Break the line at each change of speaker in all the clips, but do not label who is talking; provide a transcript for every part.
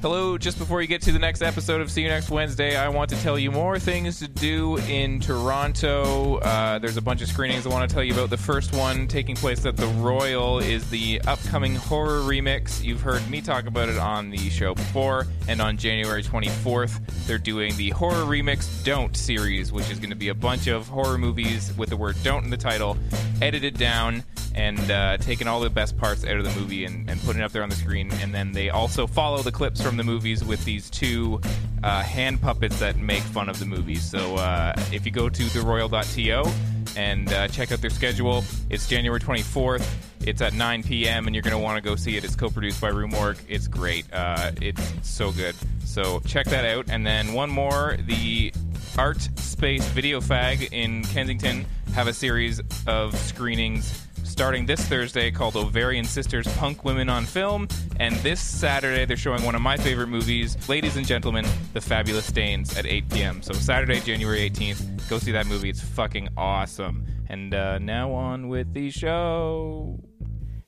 Hello, just before you get to the next episode of See You Next Wednesday, I want to tell you more things to do in Toronto. Uh, there's a bunch of screenings I want to tell you about. The first one taking place at the Royal is the upcoming horror remix. You've heard me talk about it on the show before, and on January 24th, they're doing the horror remix Don't series, which is going to be a bunch of horror movies with the word Don't in the title, edited down and uh, taking all the best parts out of the movie and, and putting it up there on the screen. And then they also follow the clips from the movies with these two uh, hand puppets that make fun of the movies. So uh, if you go to theroyal.to and uh, check out their schedule, it's January 24th. It's at 9 p.m. and you're going to want to go see it. It's co-produced by Roomwork. It's great. Uh, it's so good. So check that out. And then one more, the Art Space Video Fag in Kensington have a series of screenings starting this Thursday called Ovarian Sisters Punk Women on Film. And this Saturday, they're showing one of my favorite movies, Ladies and Gentlemen, The Fabulous Stains, at 8 p.m. So Saturday, January 18th, go see that movie. It's fucking awesome. And uh, now on with the show.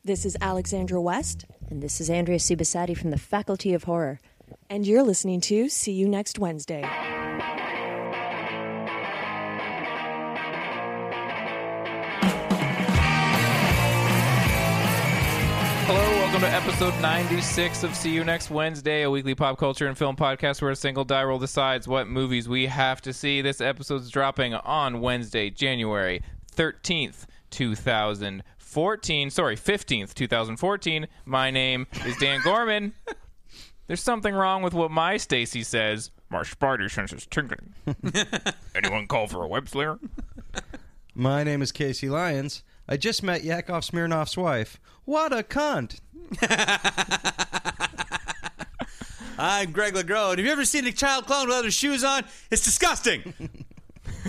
This is Alexandra West. And this is Andrea Subasati from the Faculty of Horror. And you're listening to See You Next Wednesday.
Hello, welcome to episode 96 of See You Next Wednesday, a weekly pop culture and film podcast where a single die roll decides what movies we have to see. This episode's dropping on Wednesday, January 13th, 2014. Sorry, 15th, 2014. My name is Dan Gorman. There's something wrong with what my Stacy says. My spider sense is tingling. Anyone call for a web slinger?
My name is Casey Lyons. I just met Yakov Smirnov's wife. What a cunt!
I'm Greg LeGros, and have you ever seen a child clown without his shoes on? It's disgusting.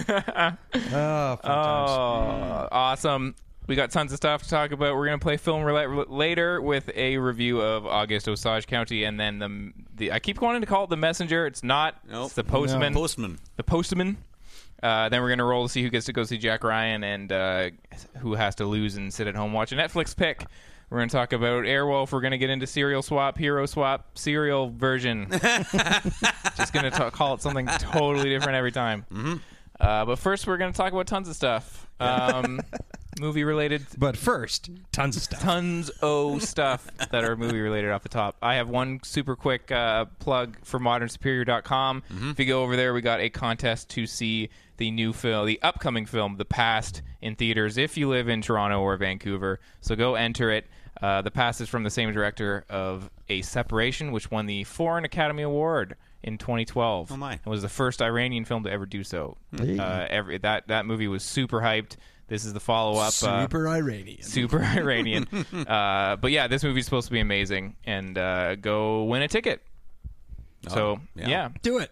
Oh, fun times.
Uh, awesome. We got tons of stuff to talk about. We're gonna play film roulette r- later with a review of August Osage County, and then the the I keep wanting to call it the messenger. It's not.
Nope.
It's the postman.
Postman.
the postman. Uh, then we're gonna roll to see who gets to go see Jack Ryan and uh, who has to lose and sit at home watch a Netflix pick. We're gonna talk about Airwolf. We're gonna get into serial swap, hero swap, serial version. Just gonna ta call it something totally different every time. Uh, but first, we're gonna talk about tons of stuff, um, movie related
But first, tons of stuff.
tons of stuff that are movie related off the top. I have one super quick uh, plug for modernsuperior.com. If you go over there, we got a contest to see the new film, the upcoming film, The Past, in theaters if you live in Toronto or Vancouver. So go enter it. Uh, the Past is from the same director of A Separation, which won the Foreign Academy Award in 2012.
Oh, my.
It was the first Iranian film to ever do so. Uh, every, that, that movie was super hyped. This is the uh, follow up.
Super Iranian.
super Iranian. uh, but yeah, this movie's supposed to be amazing, and uh, go win a ticket. so yeah.
Oh, yeah.
Do it.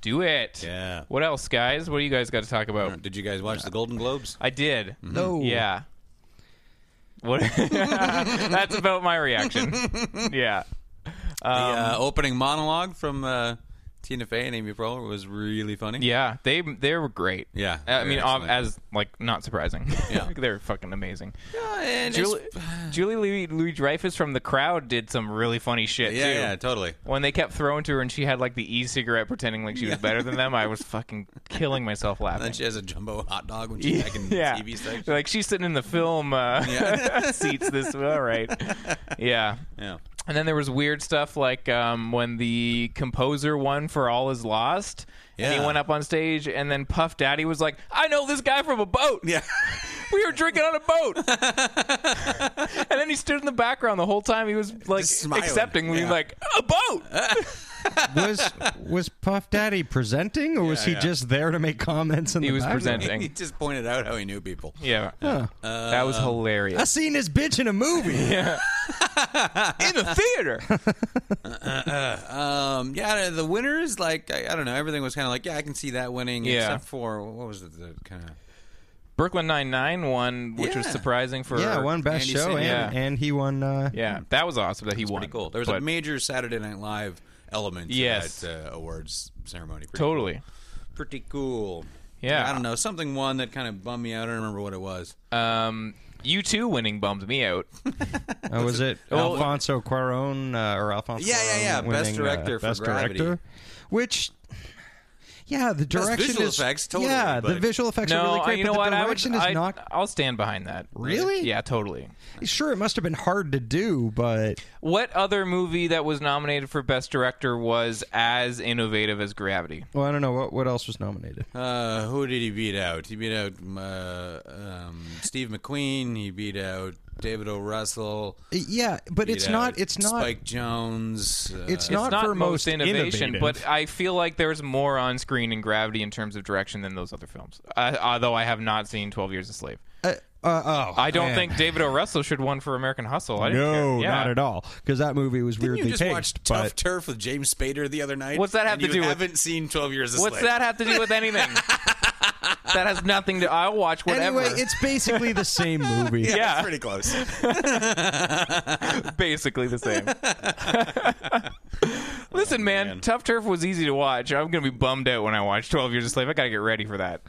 do it.
Yeah.
What else, guys? What do you guys got to talk about?
Did you guys watch the Golden Globes?
I did.
Mm-hmm.
No.
Yeah. What? That's about my reaction. yeah. Um,
the uh, opening monologue from uh, Tina Fey and Amy Poehler was really funny.
Yeah, they they were great.
Yeah,
I mean,
they're
ob- uh,
excellent.
as like not surprising. Yeah, they're fucking amazing.
Yeah, Oh, and it's- uh,
Julie, Julie Louis, Louis Dreyfus from The Crowd did some really funny shit
yeah,
too.
yeah, totally.
When they kept throwing to her and she had like the e-cigarette pretending like she was better than them, I was fucking killing myself
And then
laughing.
she has a jumbo hot dog when she's back in the
yeah,
TV section.
like she's sitting in the film uh, seats. This all right. Yeah.
yeah.
And then there was weird stuff like um, when the composer won for All Is Lost. And he
Yeah.
went up on stage, and then Puff Daddy was like, "I know this guy from a boat.
Yeah.
we were drinking on a boat." and then he stood in the background the whole time. He was like
Just smiling.
accepting, being
Yeah.
like, "A boat."
was was Puff Daddy presenting, or was he
yeah.
just there to make comments? In
He
the
was
background?
presenting.
He just pointed out how he knew people.
yeah, that
Um,
was
I
hilarious
seen this bitch in a movie.
in the theater.
Um, yeah, the winners, like, I, I don't know, everything was kind of like, yeah, I can see that winning,
Yeah.
except for, what was it, the kind of.
Brooklyn Nine Nine won, which was
Yeah.
surprising for
yeah, won best
Andy
show,
Sin-
and,
yeah.
and he won. Uh,
Yeah, that was awesome that he won.
Pretty cool. There was a
But-
major Saturday Night Live element
Yes.
to that uh, awards ceremony. Pretty
totally.
Cool. Pretty cool.
Yeah.
I don't know. Something won that kind of bummed me out. I don't remember what it was.
Um, you two winning bummed me out.
uh, was it
Well-
Alfonso Cuarón uh, or Alfonso?
Yeah, yeah, yeah,
Cuarón
best
winning,
director
uh,
for
best
Gravity.
director, which. Yeah, the direction
visual
is
effects, totally,
yeah, the
but-
visual effects
no,
are really
I-
great,
you know
but
what?
the
I would,
direction is
I,
not.
I'll stand behind that.
Really?
Yeah, totally.
Sure, it must have been hard to do, but
What other movie that was nominated for Best Director was as innovative as Gravity?
well, I don't know what what else was nominated.
Uh, who did he beat out? He beat out uh, um, Steve McQueen. He beat out David O. Russell.
Yeah, but
beat
it's not.
out
It's not.
Spike Jones. Uh,
It's
it's
not
not
for
most,
most
innovation,
innovative.
but I feel like there's more on screen in Gravity in terms of direction than those other films. Uh, although I have not seen Twelve Years a Slave.
Uh, uh, oh,
I don't
man.
think David O. Russell should won for American Hustle. I didn't
No,
care. Yeah.
not at all. Because that movie was
Didn't
weirdly
you just
paced,
watch
but
Tough Turf with James Spader the other night?
What's that have
and
to
you
do with-
haven't seen Twelve Years a
What's
Slave.
that have to do with anything? that has nothing to. I'll watch whatever.
Anyway, it's basically the same movie.
Yeah.
That's pretty close.
basically the same.
Oh,
Listen, man, Tough Turf was easy to watch. I'm gonna be bummed out when I watch Twelve Years a Slave. I gotta get ready for that.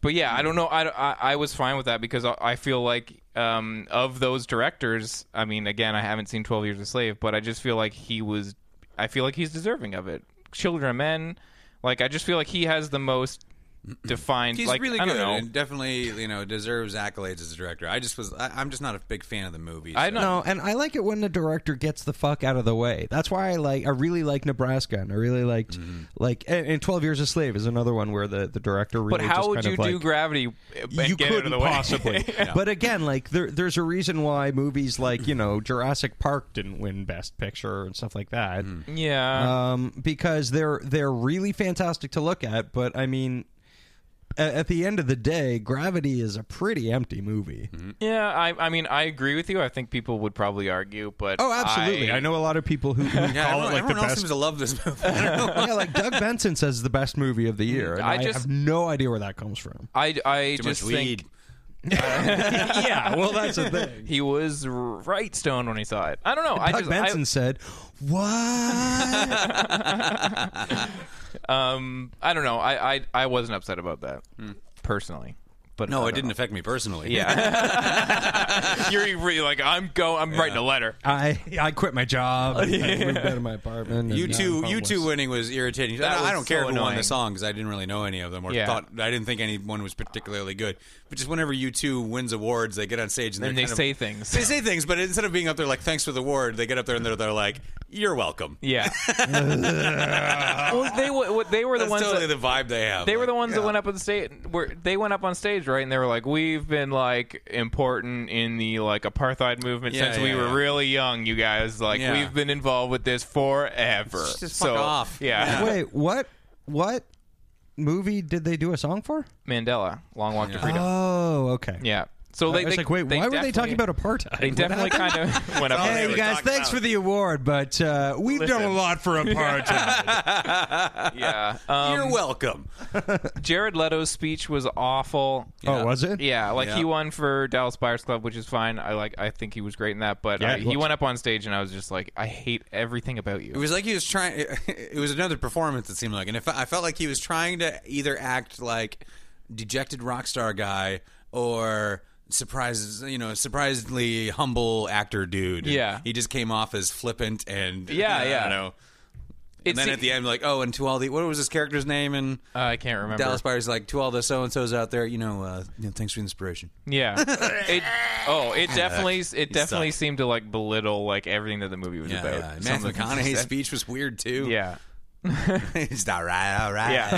but yeah, I don't know. I, I, I was fine with that because I, I feel like um, of those directors. I mean, again, I haven't seen Twelve Years a Slave, but I just feel like he was. I feel like he's deserving of it. Children of Men, like I just feel like he has the most defined.
He's
like
really
I
good
don't know.
and definitely, you know, deserves accolades as a director. I just was I, I'm just not a big fan of the movie.
I
so-
don't.
No, and I like it when the director gets the fuck out of the way. That's why I like. I really like Nebraska, and I really liked
Mm-hmm.
like. And, and Twelve Years a Slave is another one where the the director. Really
But how
just
would
kind
you
of, like,
do Gravity? And
you
get out of
couldn't
the way?
possibly. But again, like there, there's a reason why movies like you know Jurassic Park didn't win Best Picture and stuff like that, Mm-hmm.
yeah.
um, because they're they're really fantastic to look at. But I mean, a- at the end of the day, Gravity is a pretty empty movie.
Yeah, I, I mean, I agree with you. I think people would probably argue, but
Oh, absolutely. I, know a lot of people who, who
Yeah,
call
everyone,
it like the
everyone else
best.
seems to love this movie. I don't know.
yeah, like Doug Benson says, the best movie of the year. And
I
I,
just-
have no idea where that comes from.
I, I
Too
just
much weed.
think
yeah, well, that's the thing.
he was right stoned when he saw it. I don't know. I
Doug
just, I-
Benson said, "What?"
um, I don't know. I, I, I wasn't upset about that personally, but
No,
Hmm. I
it
don't
didn't
know.
affect me personally.
Yeah, you're really like I'm go. I'm writing a letter.
I I quit my job. I moved out of my apartment.
You
and
two,
now I'm
you two
homeless.
winning was irritating. I
That
don't, I
was
don't care
so
who won
annoying.
the songs. I didn't really know any of them, or
Yeah.
thought I didn't think anyone was particularly good. But just whenever you two wins awards, they get on stage and, they're
And they
kind of-
say things.
They say things, but instead of being up there like "thanks for the award," they get up there and they're, they're like, "You're welcome."
Yeah. well, they were they were the
That's
ones that-
totally the vibe they have.
They were
Like,
the ones that
yeah.
went up on stage. Were they went up on stage right? And they were like, "We've been like important in the like apartheid movement
Yeah,
since we
yeah,
were
yeah.
really young. You guys, like,
Yeah.
we've been involved with this forever.
Just fuck
so,
off.
Yeah,
Wait, what? What movie did they do a song for?
Mandela, Long Walk to Freedom.
Oh, okay.
Yeah. So
I
they,
was
they
like, wait,
they
why were they talking
definitely-
about apartheid?
They definitely kind of went up.
Hey,
there.
were
Hey guys,
talking
thanks
about-
for the award, but uh, we've done a lot for apartheid.
Yeah. Um,
You're welcome.
Jared Leto's speech was awful.
Oh, was it?
Yeah, like
Yeah.
he won for Dallas Buyers Club, which is fine. I like. I think he was great in that, but
Yeah,
uh,
he
he
was.
went up on stage and I was just like, I hate everything about you.
It was like he was trying. It was another performance. It seemed like, and if I felt like he was trying to either act like dejected rock star guy or surprises, you know, surprisingly humble actor dude. And
Yeah.
he just came off as flippant and
Yeah,
I don't
yeah.
know.
It
And then
se-
at the end, like, oh, and to all the what was his character's name? And
uh, I can't remember.
Dallas Buyers like to all the so and so's out there, you know, uh, you know, thanks for the inspiration.
Yeah. it, oh, it definitely. It definitely
sucked.
seemed to like belittle like everything that the movie was about.
Matt
Some of the things he
McConaughey's
said.
speech was weird too.
Yeah.
it's all right, all right.
Yeah.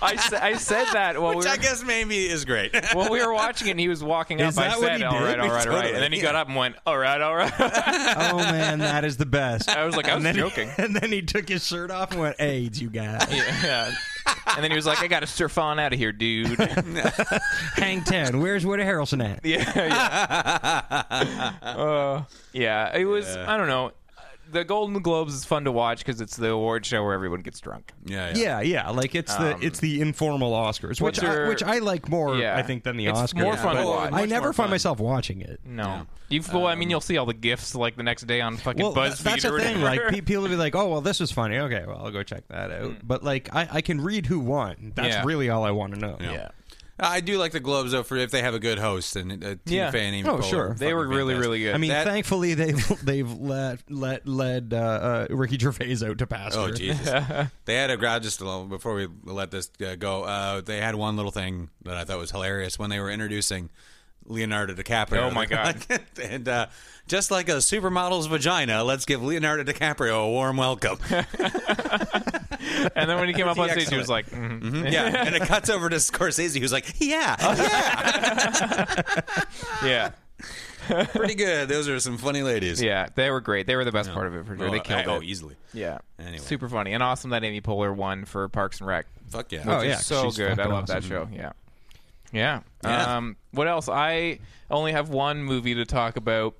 I, sa- I said that while
which
we were,
I guess maybe is great.
while we were watching it and he was walking up.
Is
I
that what
said,
he
all
did?
right, all right, all right.
Totally,
And then he
yeah.
got up and went, all right, all right.
oh man, that is the best.
I was like, I was joking.
and then he took his shirt off and went, "AIDS, you guys,
yeah. And then he was like, I got to surf on out of here, dude.
hang ten. Where's Woody Harrelson at?"
yeah. Yeah. Uh, yeah. It was, I don't know. The Golden Globes is fun to watch because it's the award show where everyone gets drunk.
yeah,
Yeah, yeah, like it's the it's the informal Oscars, which
Um, your-
I, which I like more,
Yeah.
I think, than the
It's
Oscars.
more fun Mm. to
but
watch.
I
Much
never
more
find
fun.
myself watching it.
No. You've, well, I mean, you'll see all the gifts like the next day on fucking
Well,
BuzzFeed.
that's
or
the thing. Like
whatever.
pe- people will be like, "Oh, well, this was funny. Okay, well, I'll go check that out." But like, I, I can read who won. That's
Mm. Yeah.
really all I want to know. Yeah.
I do like the Globes though for if they have a good host and uh, Tina
Yeah.
Fey. and
Oh,
Amy Poehler
sure.
are
they were
fucking
really,
fantastic.
really good.
I mean,
That-
thankfully they've they've let let led uh, uh, Ricky Gervais out to pasture.
Oh Jesus! they had a grab just alone before we let this uh, go. Uh, they had one little thing that I thought was hilarious when they were introducing Leonardo DiCaprio.
Oh, my God.
and uh, just like a supermodel's vagina, let's give Leonardo DiCaprio a warm welcome.
and then when he came up on stage, he was
Excellent.
like, mhm.
yeah, and it cuts over to Scorsese, who's like, "Yeah, yeah,
yeah.
pretty good. Those are some funny ladies."
Yeah, they were great. They were the best part of it for sure.
Oh,
they killed
I- oh,
it.
easily.
Yeah,
Anyway.
super funny and awesome that Amy Poehler won for Parks and Rec.
Fuck yeah.
Oh, yeah.
so
she's
good. I
fucking
love that
awesome.
show. Yeah, yeah.
Yeah.
Um, what else? I only have one movie to talk about.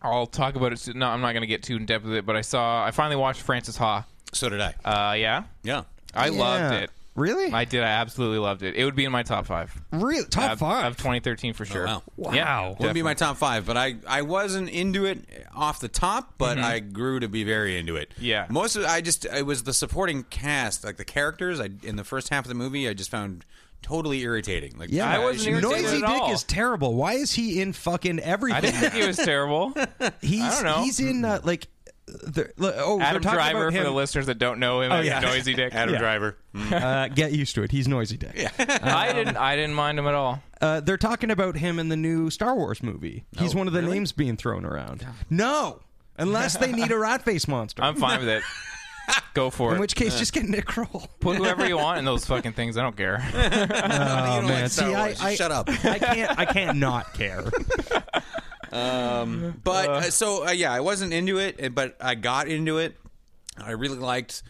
I'll talk about it. Soon. No, I'm not going to get too in depth with it. But I saw. I finally watched Francis Ha.
So did I.
Uh, yeah,
yeah.
I loved
Yeah.
it.
Really?
I did. I absolutely loved it. It would be in my top five.
really top
Of-
five.
of 2013 for sure.
Oh, wow.
Yeah.
Wouldn't be my top five, but I, I wasn't into it off the top, but
Mm-hmm.
I grew to be very into it.
Yeah.
most of I just it was the supporting cast, like the characters. I in the first half of the movie, I just found totally irritating. Like
yeah,
I
uh,
wasn't
she-
irritated
Noisy
at
Dick
all.
is terrible. Why is he in fucking everything?
I didn't think it was terrible.
he's
don't know.
he's in uh, like. The, like, oh, they're
Adam
talking
Driver,
about
for
him. Oh,
the listeners that don't know him, is
yeah.
Noisy Dick.
Adam Driver. Mm.
uh, get used to it. He's noisy dick.
I didn't. I didn't mind him at all.
Uh, they're talking about him in the new Star Wars movie. He's one of the names being thrown around. No, unless they need a rat face monster.
I'm fine with it. Go for
in
it.
which case, just get Nick Kroll.
Put whoever you want in those fucking things. I don't care.
Oh, you don't
man.
like Star
See, I-
Wars.
I-
shut up.
I can't. I can't not care.
But uh, so uh, yeah, I wasn't into it, uh, but I got into it. I really liked.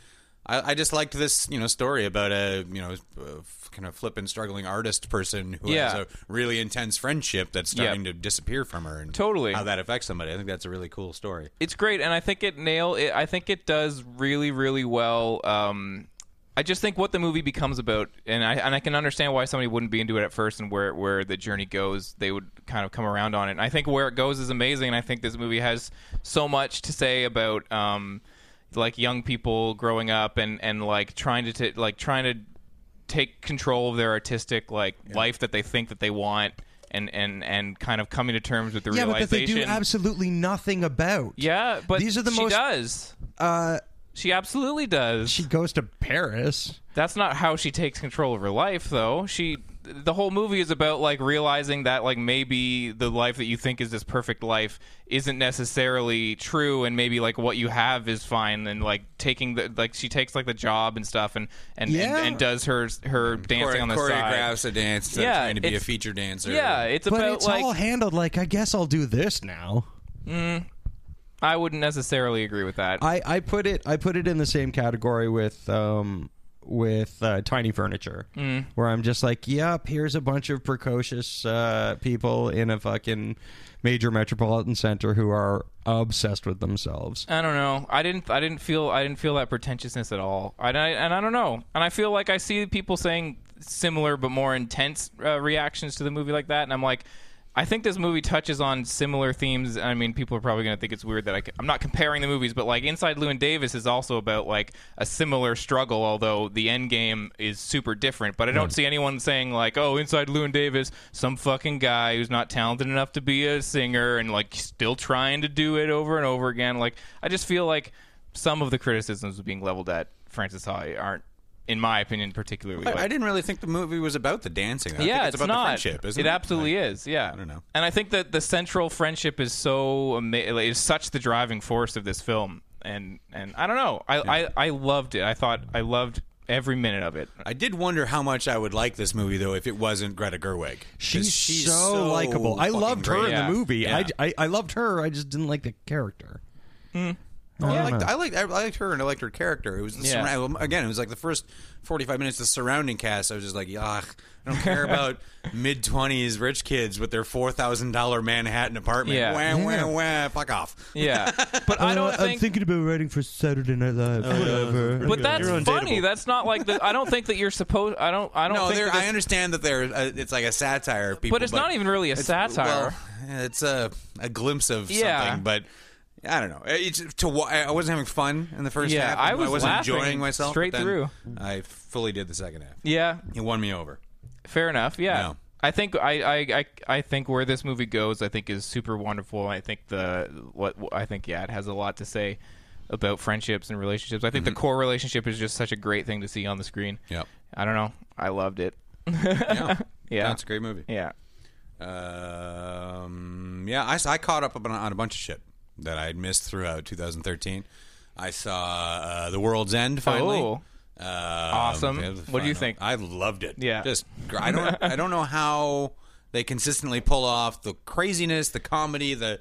I, I just liked this, you know, story about a you know a f- kind of flippant, struggling artist person who
Yeah.
has a really intense friendship that's starting
Yep.
to disappear from her, and
Totally.
how that affects somebody. I think that's a really cool story.
It's great, and I think it nail. It, I think it does really, really well. Um, I just think what the movie becomes about, and I and I can understand why somebody wouldn't be into it at first, and where where the journey goes, they would kind of come around on it. And I think where it goes is amazing, and I think this movie has so much to say about um, like young people growing up and and like trying to t- like trying to take control of their artistic like life that they think that they want and and and kind of coming to terms with the
yeah, but that they
realization
do absolutely nothing about.
yeah but
these are the
she
most.
does
Uh,
she absolutely does
she goes to Paris.
that's not how she takes control of her life though she the whole movie is about like realizing that like maybe the life that you think is this perfect life isn't necessarily true and maybe like what you have is fine and like taking the like she takes like the job and stuff and and
Yeah.
and, and does her her dancing on the side
choreographs a dance, instead of
Yeah,
trying to be a
it's-
feature dancer.
yeah it's
But
about
it's
like
all handled like I guess I'll do this now.
I wouldn't necessarily agree with that.
I, I put it I put it in the same category with um with uh, Tiny Furniture, where I'm just like, yep, here's a bunch of precocious uh, people in a fucking major metropolitan center who are obsessed with themselves.
I don't know. I didn't. I didn't feel. I didn't feel that pretentiousness at all. And I, and I don't know. And I feel like I see people saying similar but more intense uh, reactions to the movie like that, and I'm like, I think this movie touches on similar themes. I mean, people are probably going to think it's weird that I, am not comparing the movies, but like Inside Llewyn Davis is also about like a similar struggle, although the end game is super different. But I don't see anyone saying like, oh, Inside Llewyn Davis, some fucking guy who's not talented enough to be a singer and like still trying to do it over and over again. Like, I just feel like some of the criticisms being leveled at Francis Ha aren't, in my opinion, particularly.
I,
like-
I didn't really think the movie was about the dancing. I
yeah,
think it's, about
not.
the friendship, isn't it?
absolutely is. Yeah, I
don't know.
And I think that the central friendship is so ama- like, is such the driving force of this film, and and I don't know. I I, I loved it. I thought I loved every minute of it.
I did wonder how much I would like this movie though if it wasn't Greta Gerwig. 'Cause
She's, so, likable. I
fucking
loved her
great.
in
Yeah.
the movie.
Yeah.
I, I, I loved her. I just didn't like the character.
I
I
liked,
don't
I liked I liked her and I liked her character. It was the
Yeah.
surround- again. It was like the first forty five minutes. The surrounding cast. I was just like, yuck. I don't care about mid twenties rich kids with their four thousand dollar Manhattan apartment.
Yeah.
Wah, wah, wah, fuck off.
Yeah, but I don't think.
thinking about writing for Saturday Night Live. Whatever.
but that's
You're undateable.
funny. That's not like the. I don't think that you're supposed. I don't. I don't
No,
think.
there.
that
I
this-
understand that there. Uh, it's like a satire of people,
But it's not even really a
it's-
satire.
well, it's a a glimpse of
Yeah.
something, but. I don't know. It's to wa- I I wasn't having fun in the first
Yeah,
half.
I
and
was
I wasn't
laughing
enjoying myself but
straight
then
through.
I fully did the second half.
yeah,
It won me over.
Fair enough. Yeah.
No.
I think I, I, I, I think where this movie goes, I think is super wonderful. I think the what I think yeah, it has a lot to say about friendships and relationships. I think
Mm-hmm.
the core relationship is just such a great thing to see on the screen.
Yep.
I don't know. I loved it.
Yeah,
Yeah.
that's a great movie.
Yeah.
Um, yeah, I, s- I caught up on, on a bunch of shit that I had missed throughout 2013. I saw uh, The World's End finally.
Oh.
Um,
Awesome.
yeah, the
What do you think?
I loved it.
Yeah.
just gr- I don't I don't know how they consistently pull off the craziness, the comedy, the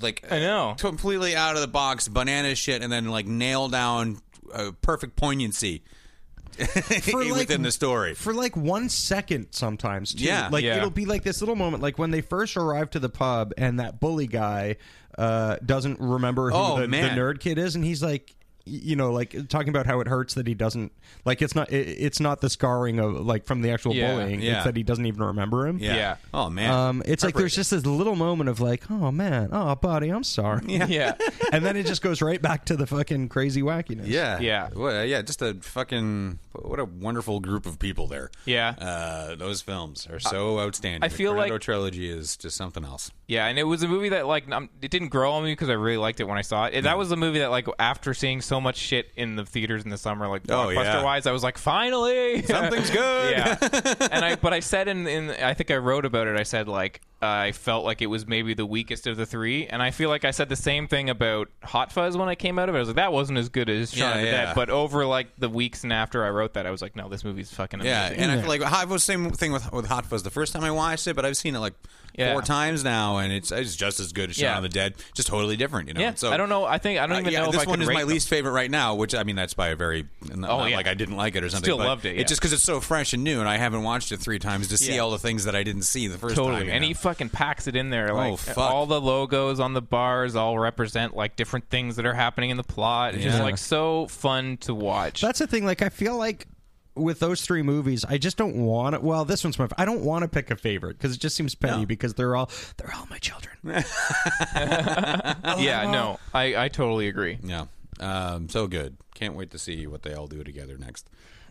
like
I know.
completely out of the box banana shit, and then like nail down uh, perfect poignancy within the story.
for like one second sometimes too.
Yeah.
like
Yeah.
it'll be like this little moment like when they first arrive to the pub and that bully guy uh, doesn't remember who
Oh,
the, the
man.
nerd kid is and he's like y- you know like talking about how it hurts that he doesn't like it's not it, it's not the scarring of like from the actual
Yeah,
bullying
yeah.
it's that he doesn't even remember him
yeah.
Yeah.
Oh man.
um it's like there's
Heartbreaking.
just this little moment of like oh man oh buddy i'm sorry
Yeah.
and then it just goes right back to the fucking crazy wackiness
Yeah,
Yeah.
Well, uh, yeah. Just a fucking what a wonderful group of people there.
Yeah.
uh, those films are so outstanding.
I
The
feel
Cornetto
like-
trilogy is just something else.
Yeah, and it was a movie that like um, it didn't grow on me because I really liked it when I saw it. And That was a movie that like after seeing so much shit in the theaters in the summer, like
Oh,
blockbuster
yeah.
wise, I was like, finally
Something's good.
yeah, and I but I said in in I think I wrote about it. I said like I felt like it was maybe the weakest of the three, and I feel like I said the same thing about Hot Fuzz when I came out of it. I was like, that wasn't as good as Shaun
Yeah,
of the
yeah.
Dead, but over like the weeks and after I wrote that, I was like, no, this movie's fucking amazing.
Yeah, and I feel like I was same thing with with Hot Fuzz the first time I watched it, but I've seen it like
Yeah.
four times now, and it's it's just as good as Shaun
Yeah.
of the Dead, just totally different. You know,
Yeah,
And so
I don't know. I think I don't
Uh,
even
yeah,
know
this
if I
one
could
is
rate
my
them.
least favorite right now, which I mean that's by a very not
Oh, yeah.
like I didn't like it or something.
Still
but
loved it, yeah.
just because it's so fresh and new, and I haven't watched it three times to see
Yeah.
all the things that I didn't see the first
Totally,
time. you
and
know?
he fucking packs it in there. Like
fuck.
all the logos on the bars all represent like different things that are happening in the plot. It's just
Yeah.
like so fun to watch.
That's the thing. Like, I feel like with those three movies, I just don't want to. Well, this one's my. I don't want to pick a favorite because it just seems petty. Because they're all they're all my children.
Um.
yeah, no, I I totally agree.
Yeah. Um, so good. Can't wait to see what they all do together next.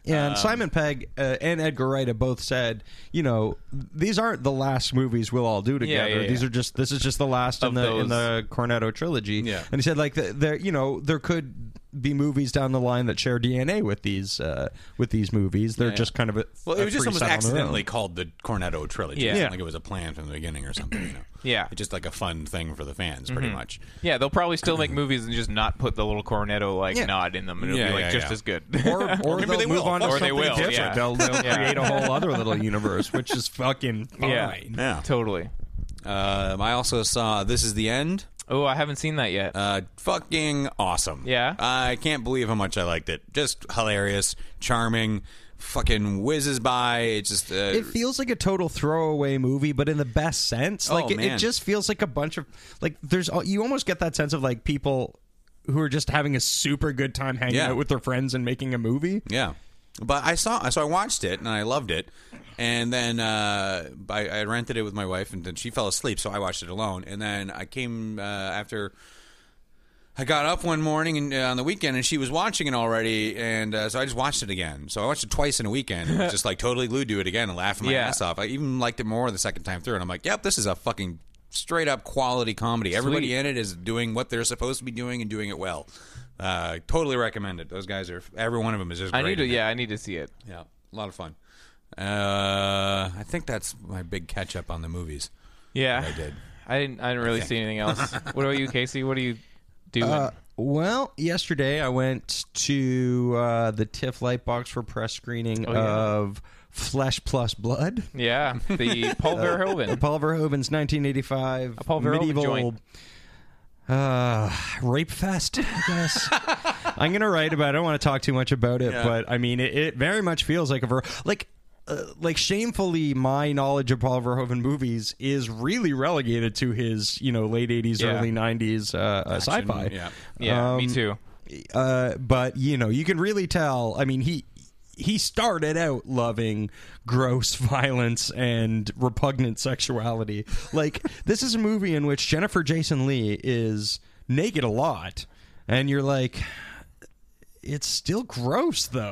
And Simon Pegg uh, and Edgar Wright have both said, you know, these aren't the last movies we'll all do together.
yeah,
These
yeah.
are just this is just the last in
Of
the in
those.
the Cornetto trilogy.
Yeah.
And he said like th- there you know there could be movies down the line that share DNA with these uh, with these movies. They're just kind of a,
Well,
a
it was just
free
almost
set on their own.
accidentally called the Cornetto trilogy.
Yeah.
It's
Yeah.
not like it was a plan from the beginning or something. You know.
Yeah. Mm-hmm.
It's just like a fun thing for the fans, pretty much.
Yeah, they'll probably still make movies and just not put the little cornetto like nod in them, and it'll
Yeah,
be like
yeah,
just
yeah.
as good.
or, or
maybe
they'll
they
move
will.
on to
Or
they
something
will,
different.
yeah.
They'll, they'll
Yeah.
create a whole other little universe, which is fucking fine.
yeah,
Yeah.
totally.
Um, I also saw This Is the End.
Oh, I haven't seen that yet.
Uh, fucking awesome.
Yeah?
I can't believe how much I liked it. Just hilarious, charming, fucking whizzes by. It's just. Uh,
It feels like a total throwaway movie, but in the best sense. Like it,
man.
it just feels like a bunch of like there's al- you almost get that sense of like people who are just having a super good time hanging
Yeah.
out with their friends and making a movie.
Yeah. But I saw, so I watched it and I loved it, and then uh, I, I rented it with my wife, and then she fell asleep, so I watched it alone. And then I came uh, after I got up one morning and, uh, on the weekend, and she was watching it already, and uh, so I just watched it again. So I watched it twice in a weekend, and was just like totally glued to it again, and laughing my
Yeah.
ass off. I even liked it more the second time through, and I'm like, "Yep, this is a fucking straight up quality comedy. Everybody in it is doing what they're supposed to be doing and doing it well." Uh, totally recommend it. Those guys are every one of them is just.
I
great
need to.
in it.
Yeah, I need to see it.
Yeah, a lot of fun. Uh, I think that's my big catch up on the movies.
Yeah,
I did.
I didn't. I didn't really see anything else. what about you, Casey? What are you doing?
Uh, Well, yesterday I went to uh, the TIFF Lightbox for press screening of Flesh Plus Blood.
yeah, the Paul Verhoeven.
Uh, Paul Verhoeven's 1985
Paul Verhoeven
medieval
joint.
Uh, rape fest. I guess I'm gonna write about. it. I don't want to talk too much about it, but I mean, it, it very much feels like a ver- like. Uh, like shamefully, my knowledge of Paul Verhoeven movies is really relegated to his, you know, late '80s,
Yeah.
early '90s uh, uh, sci-fi
Yeah.
Yeah, me
um,
too.
uh, but you know you can really tell i mean he he started out loving gross violence and repugnant sexuality like this is a movie in which jennifer jason lee is naked a lot and you're like it's still gross though.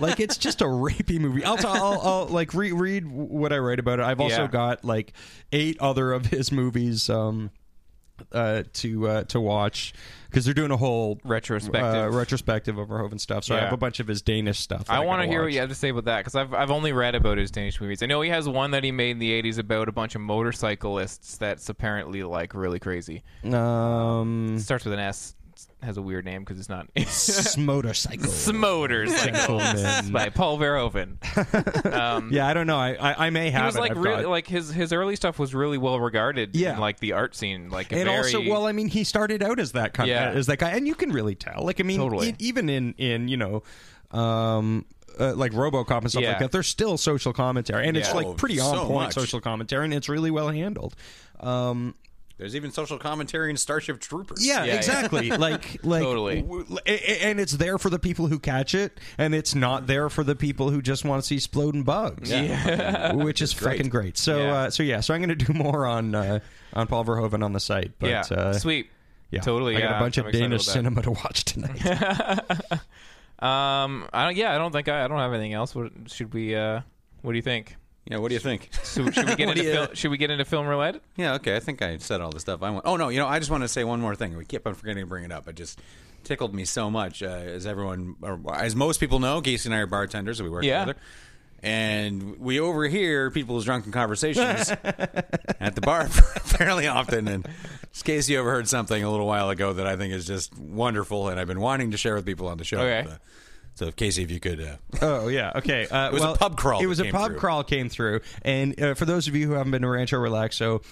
like it's just a rapey movie. I'll, t- I'll, I'll like reread what I write about it. I've also
Yeah.
got like eight other of his movies um, uh, to uh, to watch because they're doing a whole
Retrospective.
uh, retrospective of Verhoeven stuff. So I
Yeah.
have a bunch of his Danish stuff. that
I want
gotta
to hear what
watch.
you have to say about that because I've I've only read about his Danish movies. I know he has one that he made in the '80s about a bunch of motorcyclists that's apparently like really crazy.
Um,
It starts with an S, has a weird name because it's not
motorcycle.
Smoters by Paul Verhoeven.
yeah, I don't know. I I, I may have
He was
it.
like
I've
really
got-
like his his early stuff was really well regarded.
Yeah.
in, like the art scene, like a
and
very,
also well i mean he started out as that kind
Yeah.
as that guy and you can really tell like i mean
Totally.
e- even in in you know um uh, like RoboCop and stuff
Yeah.
like that. There's still social commentary, and it's
Yeah.
like
Oh,
pretty on
so
point
much.
social commentary, and it's really well handled. Um,
There's even social commentary in Starship Troopers.
yeah,
yeah.
exactly. like, like,
Totally.
w- w- a- a- and it's there for the people who catch it, and it's not there for the people who just want to see exploding bugs, yeah. which is fucking great. So,
Yeah.
Uh, so yeah, so I'm going to do more on uh, on Paul Verhoeven on the site. But,
yeah,
uh,
sweet,
Yeah,
totally.
I got
yeah,
a bunch
I'm
of
excited about
Danish
that.
cinema to watch tonight.
Um, I don't. Yeah, I don't think I, I don't have anything else. What should we? Uh, what do you think?
Yeah. What do you think?
So, should we get
What
into
do you-
fil- should we get into film roulette?
yeah. Okay. I think I said all the stuff I want. Oh no. You know, I just want to say one more thing. We keep on forgetting to bring it up. It just tickled me so much. Uh, as everyone, or as most people know, Casey and I are bartenders. So we work
Yeah.
together. And we overhear people's drunken conversations at the bar fairly often. And Casey overheard something a little while ago that I think is just wonderful, and I've been wanting to share with people on the show.
Okay.
Uh, so, if Casey, if you could, uh,
oh yeah, okay. Uh,
was a
well,
pub crawl
It
that
was a
came
pub
through.
crawl came through, and uh, for those of you who haven't been to Rancho Relaxo.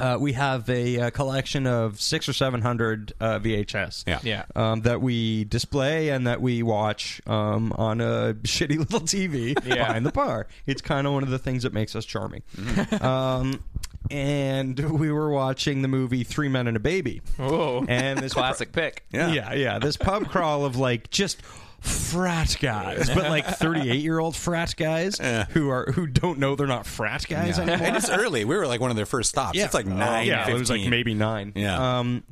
Uh, we have a, uh collection of six or seven hundred uh, VHS,
Yeah.
Yeah.
um, that we display and that we watch um, on a shitty little TV
Yeah.
behind the bar. It's kind of one of the things that makes us charming.
Mm-hmm.
um, and we were watching the movie Three Men and a Baby,
Whoa,
and this
classic pick.
Yeah. yeah, This pub crawl of like just frat guys, but like thirty-eight-year-old frat guys who are who don't know they're not frat guys anymore.
and it's early. We were like one of their first stops. It's like nine.
Yeah, it was like
15.
maybe nine.
Yeah.
Um,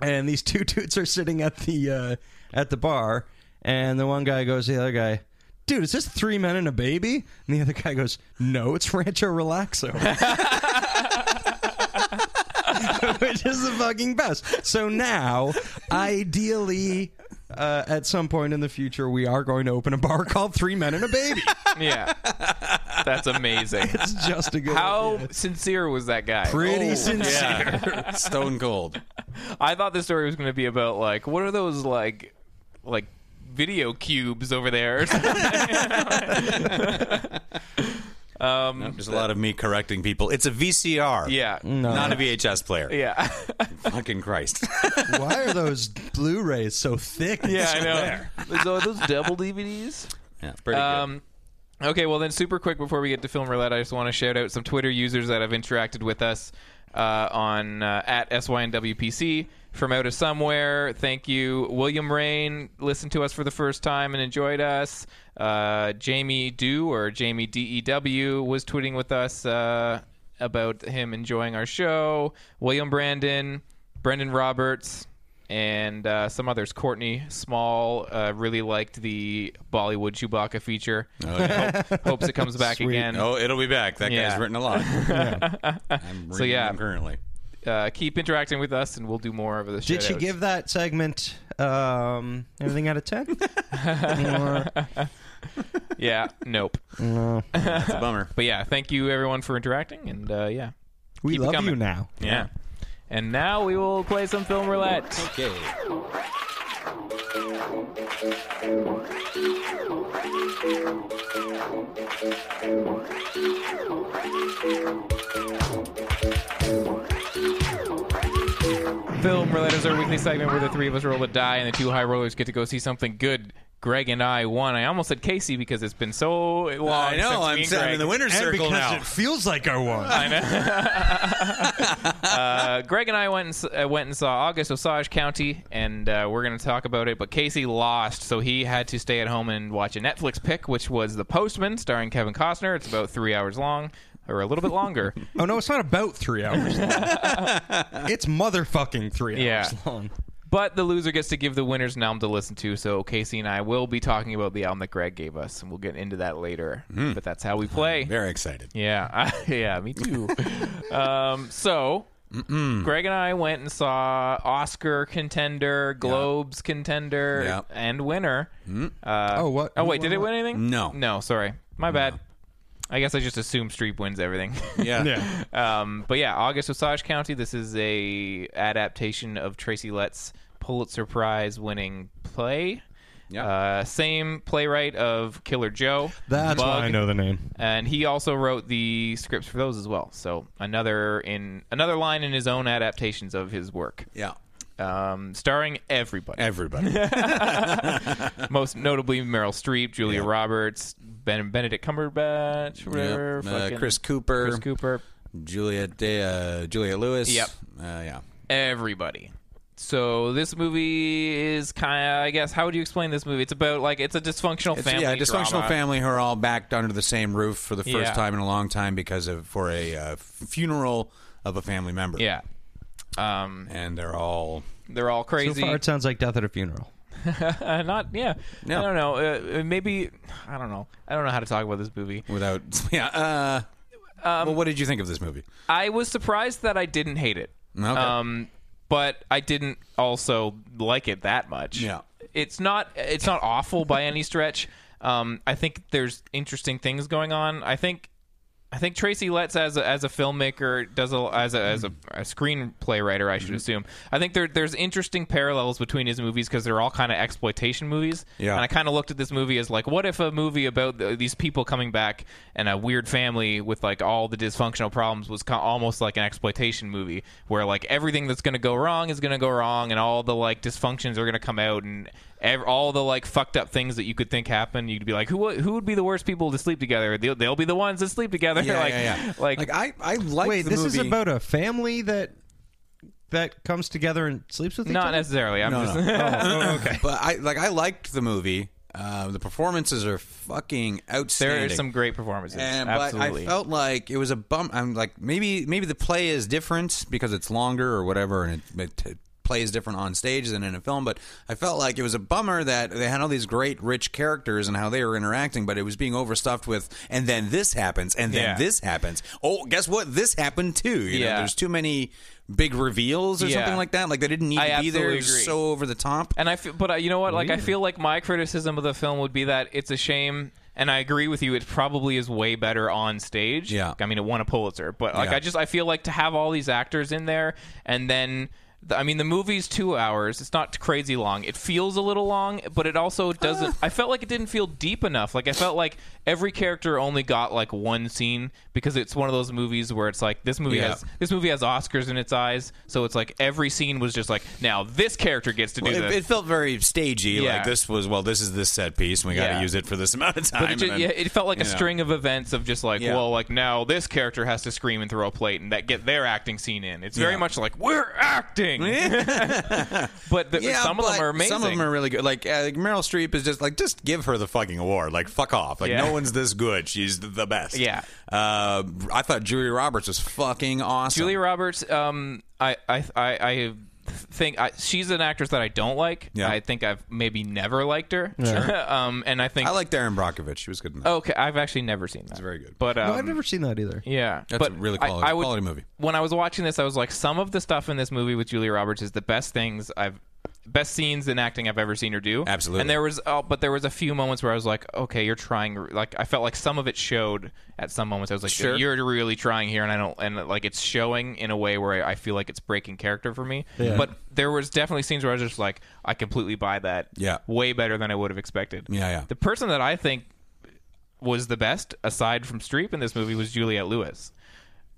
and these two dudes are sitting at the uh, at the bar, and the one guy goes to the other guy. Dude, is this three men and a baby? And the other guy goes, "No, it's Rancho Relaxo," which is the fucking best. So now, ideally, uh, at some point in the future, we are going to open a bar called Three Men and a Baby.
Yeah, that's amazing.
It's just a good
How
idea.
sincere was that guy?
pretty
Oh,
sincere.
yeah. Stone Cold.
I thought this story was going to be about like what are those like like video cubes over there? or something. Um,
There's a lot of me correcting people. It's a VCR.
Yeah.
Not a VHS player.
Yeah.
Fucking Christ.
Why are those Blu-rays so thick?
yeah, I know. So are those double DVDs?
yeah, pretty
Um, okay, well then, super quick before we get to film roulette, I just want to shout out some Twitter users that have interacted with us uh, on uh, at synwpc from out of somewhere. Thank you, William Rain, listened to us for the first time and enjoyed us. Uh, Jamie Dew or Jamie D E W was tweeting with us uh, about him enjoying our show. William Brandon, Brendan Roberts and uh, some others. Courtney Small uh, really liked the Bollywood Chewbacca feature. Hope- hopes it comes back again.
good. Oh, it'll be back. That
Yeah.
guy's written a lot. I'm reading so,
yeah.
yeah. currently.
Uh, keep interacting with us, and we'll do more of this.
Did she give that segment um, everything out of ten? Or-
Yeah. Nope.
That's a bummer.
But yeah, thank you everyone for interacting, and uh, yeah,
we
Keep it
love you
coming.
now.
yeah. And now we will play some film roulette.
Okay.
Film roulette is our weekly segment where the three of us roll a die, and the two high rollers get to go see something good. Greg and I won. I almost said Casey because it's been so long.
I know.
since
I'm,
me and
I'm
Greg-
in the winner's circle now.
feels like I won.
Uh, Greg and I went and, s- uh, went and saw August Osage County, and uh, we're going to talk about it. But Casey lost, so he had to stay at home and watch a Netflix pick, which was The Postman, starring Kevin Costner. It's about three hours long, or a little bit longer.
oh no, it's not about three hours. long. it's motherfucking three
Yeah.
hours long.
but the loser gets to give the winners an album to listen to. So Casey and I will be talking about the album that Greg gave us, and we'll get into that later. But that's how we play.
Very excited.
Yeah, yeah, me too. um, so. Greg and I went and saw Oscar contender, Globes contender,
Yeah.
and winner.
oh what?
Oh wait, did it win anything?
No.
no, sorry, my bad. I guess I just assume Streep wins everything.
Yeah.
Yeah.
um, but yeah, August Osage County. This is a adaptation of Tracy Letts' Pulitzer Prize winning play.
Yeah.
Uh, same playwright of Killer Joe.
That's
Bug,
why I know the name.
and he also wrote the scripts for those as well. So another in another line in his own adaptations of his work,
Yeah.
um, starring everybody,
Everybody.
most notably Meryl Streep, Julia Roberts, ben, Benedict Cumberbatch, whatever,
Yep. Uh,
fucking-
Chris Cooper.
Chris Cooper,
Julia De, uh, Julia Lewis.
Yep.
Uh, yeah.
everybody. So this movie is kind of, I guess, how would you explain this movie? It's about like it's a dysfunctional
It's,
family,
yeah, a dysfunctional
drama.
family who are all backed under the same roof for the first
Yeah.
time in a long time because of for a uh, funeral of a family member.
Yeah, um,
and they're all
they're all
So
crazy.
far, it sounds like death at a funeral.
Uh, not yeah. I don't know. Uh, maybe I don't know. I don't know how to talk about this movie.
without. Yeah. Uh,
Um,
well, what did you think of this movie?
I was surprised that I didn't hate it.
Okay.
Um, but I didn't also like it that much.
Yeah.
It's not it's not awful by any stretch. Um, I think there's interesting things going on. I think I think Tracy Letts as a, as a filmmaker does a, as a as a, a screenplay writer, I should assume. I think there there's interesting parallels between his movies because they're all kind of exploitation movies.
Yeah.
and I kind of looked at this movie as like, what if a movie about th- these people coming back and a weird family with like all the dysfunctional problems was co- almost like an exploitation movie where like everything that's going to go wrong is going to go wrong and all the like dysfunctions are going to come out and ev- all the like fucked up things that you could think happen. You'd be like, who wo- who would be the worst people to sleep together? They'll, they'll be the ones that sleep together. like, like,
I, I like
Wait, this is about a family that that comes together and sleeps with each
not
other.
necessarily. I'm
No,
just
no.
Oh, okay.
but I like I liked the movie. Uh, the performances are fucking outstanding.
there are some great performances.
And, but
Absolutely.
I felt like it was a bum. I'm like maybe maybe the play is different because it's longer or whatever, and it, it, it plays different on stage than in a film. But I felt like it was a bummer that they had all these great rich characters and how they were interacting, but it was being overstuffed with. And then this happens, and then
Yeah.
this happens. Oh, guess what? This happened too. You know,
Yeah.
there's too many big reveals or
Yeah.
something like that. Like they didn't need
I
to be there.
absolutely
It was
agree.
so over the top.
And I feel, but uh, you know what? Like, I feel like my criticism of the film would be that it's a shame, and I agree with you. It probably is way better on stage.
Yeah.
I mean, it won a Pulitzer, but like,
Yeah.
I just I feel like to have all these actors in there and then The- I mean, the movie's two hours. It's not crazy long. It feels a little long, but it also doesn't.
Ah.
I felt like it didn't feel deep enough. Like I felt like every character only got like one scene because it's one of those movies where it's like this movie
Yeah.
has this movie has Oscars in its eyes, so it's like every scene was just like now this character gets to do
It,
this.
it felt very stagey.
Yeah.
Like this was well, this is this set piece, and we got to
Yeah.
use it for this amount of time.
but it,
and
just,
then-
yeah, it felt like a
you know.
string of events of just like,
Yeah.
well, like now this character has to scream and throw a plate and that get their acting scene in. It's very
Yeah.
much like we're acting, but the,
Yeah,
some of them
but
are amazing.
Some of them are really good. Like, uh, like Meryl Streep is just like, just give her the fucking award. Like, fuck off. Like,
Yeah.
no one's this good. She's th- the best.
Yeah.
Uh, I thought Julia Roberts was fucking awesome.
Julia Roberts, um, I, I, I, I think I, she's an actress that I don't like.
Yeah.
I think I've maybe never liked her. um, and I think
I liked Darren Brockovich. She was good in that.
okay, I've actually never seen that. It's
very good.
But um,
No, I've never seen that either.
Yeah,
That's
but
a really
I-
quality-
I would-
quality movie.
When I was watching this, I was like, some of the stuff in this movie with Julia Roberts is the best things I've, best scenes in acting I've ever seen her do.
Absolutely.
And there was, oh, but there was a few moments where I was like, okay, you're trying. Like I felt like some of it showed at some moments. I was like,
Sure.
you're really trying here, and I don't, and like it's showing in a way where I feel like it's breaking character for me. But there was definitely scenes where I was just like, I completely buy that.
Yeah.
Way better than I would have expected.
Yeah, yeah.
The person that I think was the best aside from Streep in this movie was Juliette Lewis.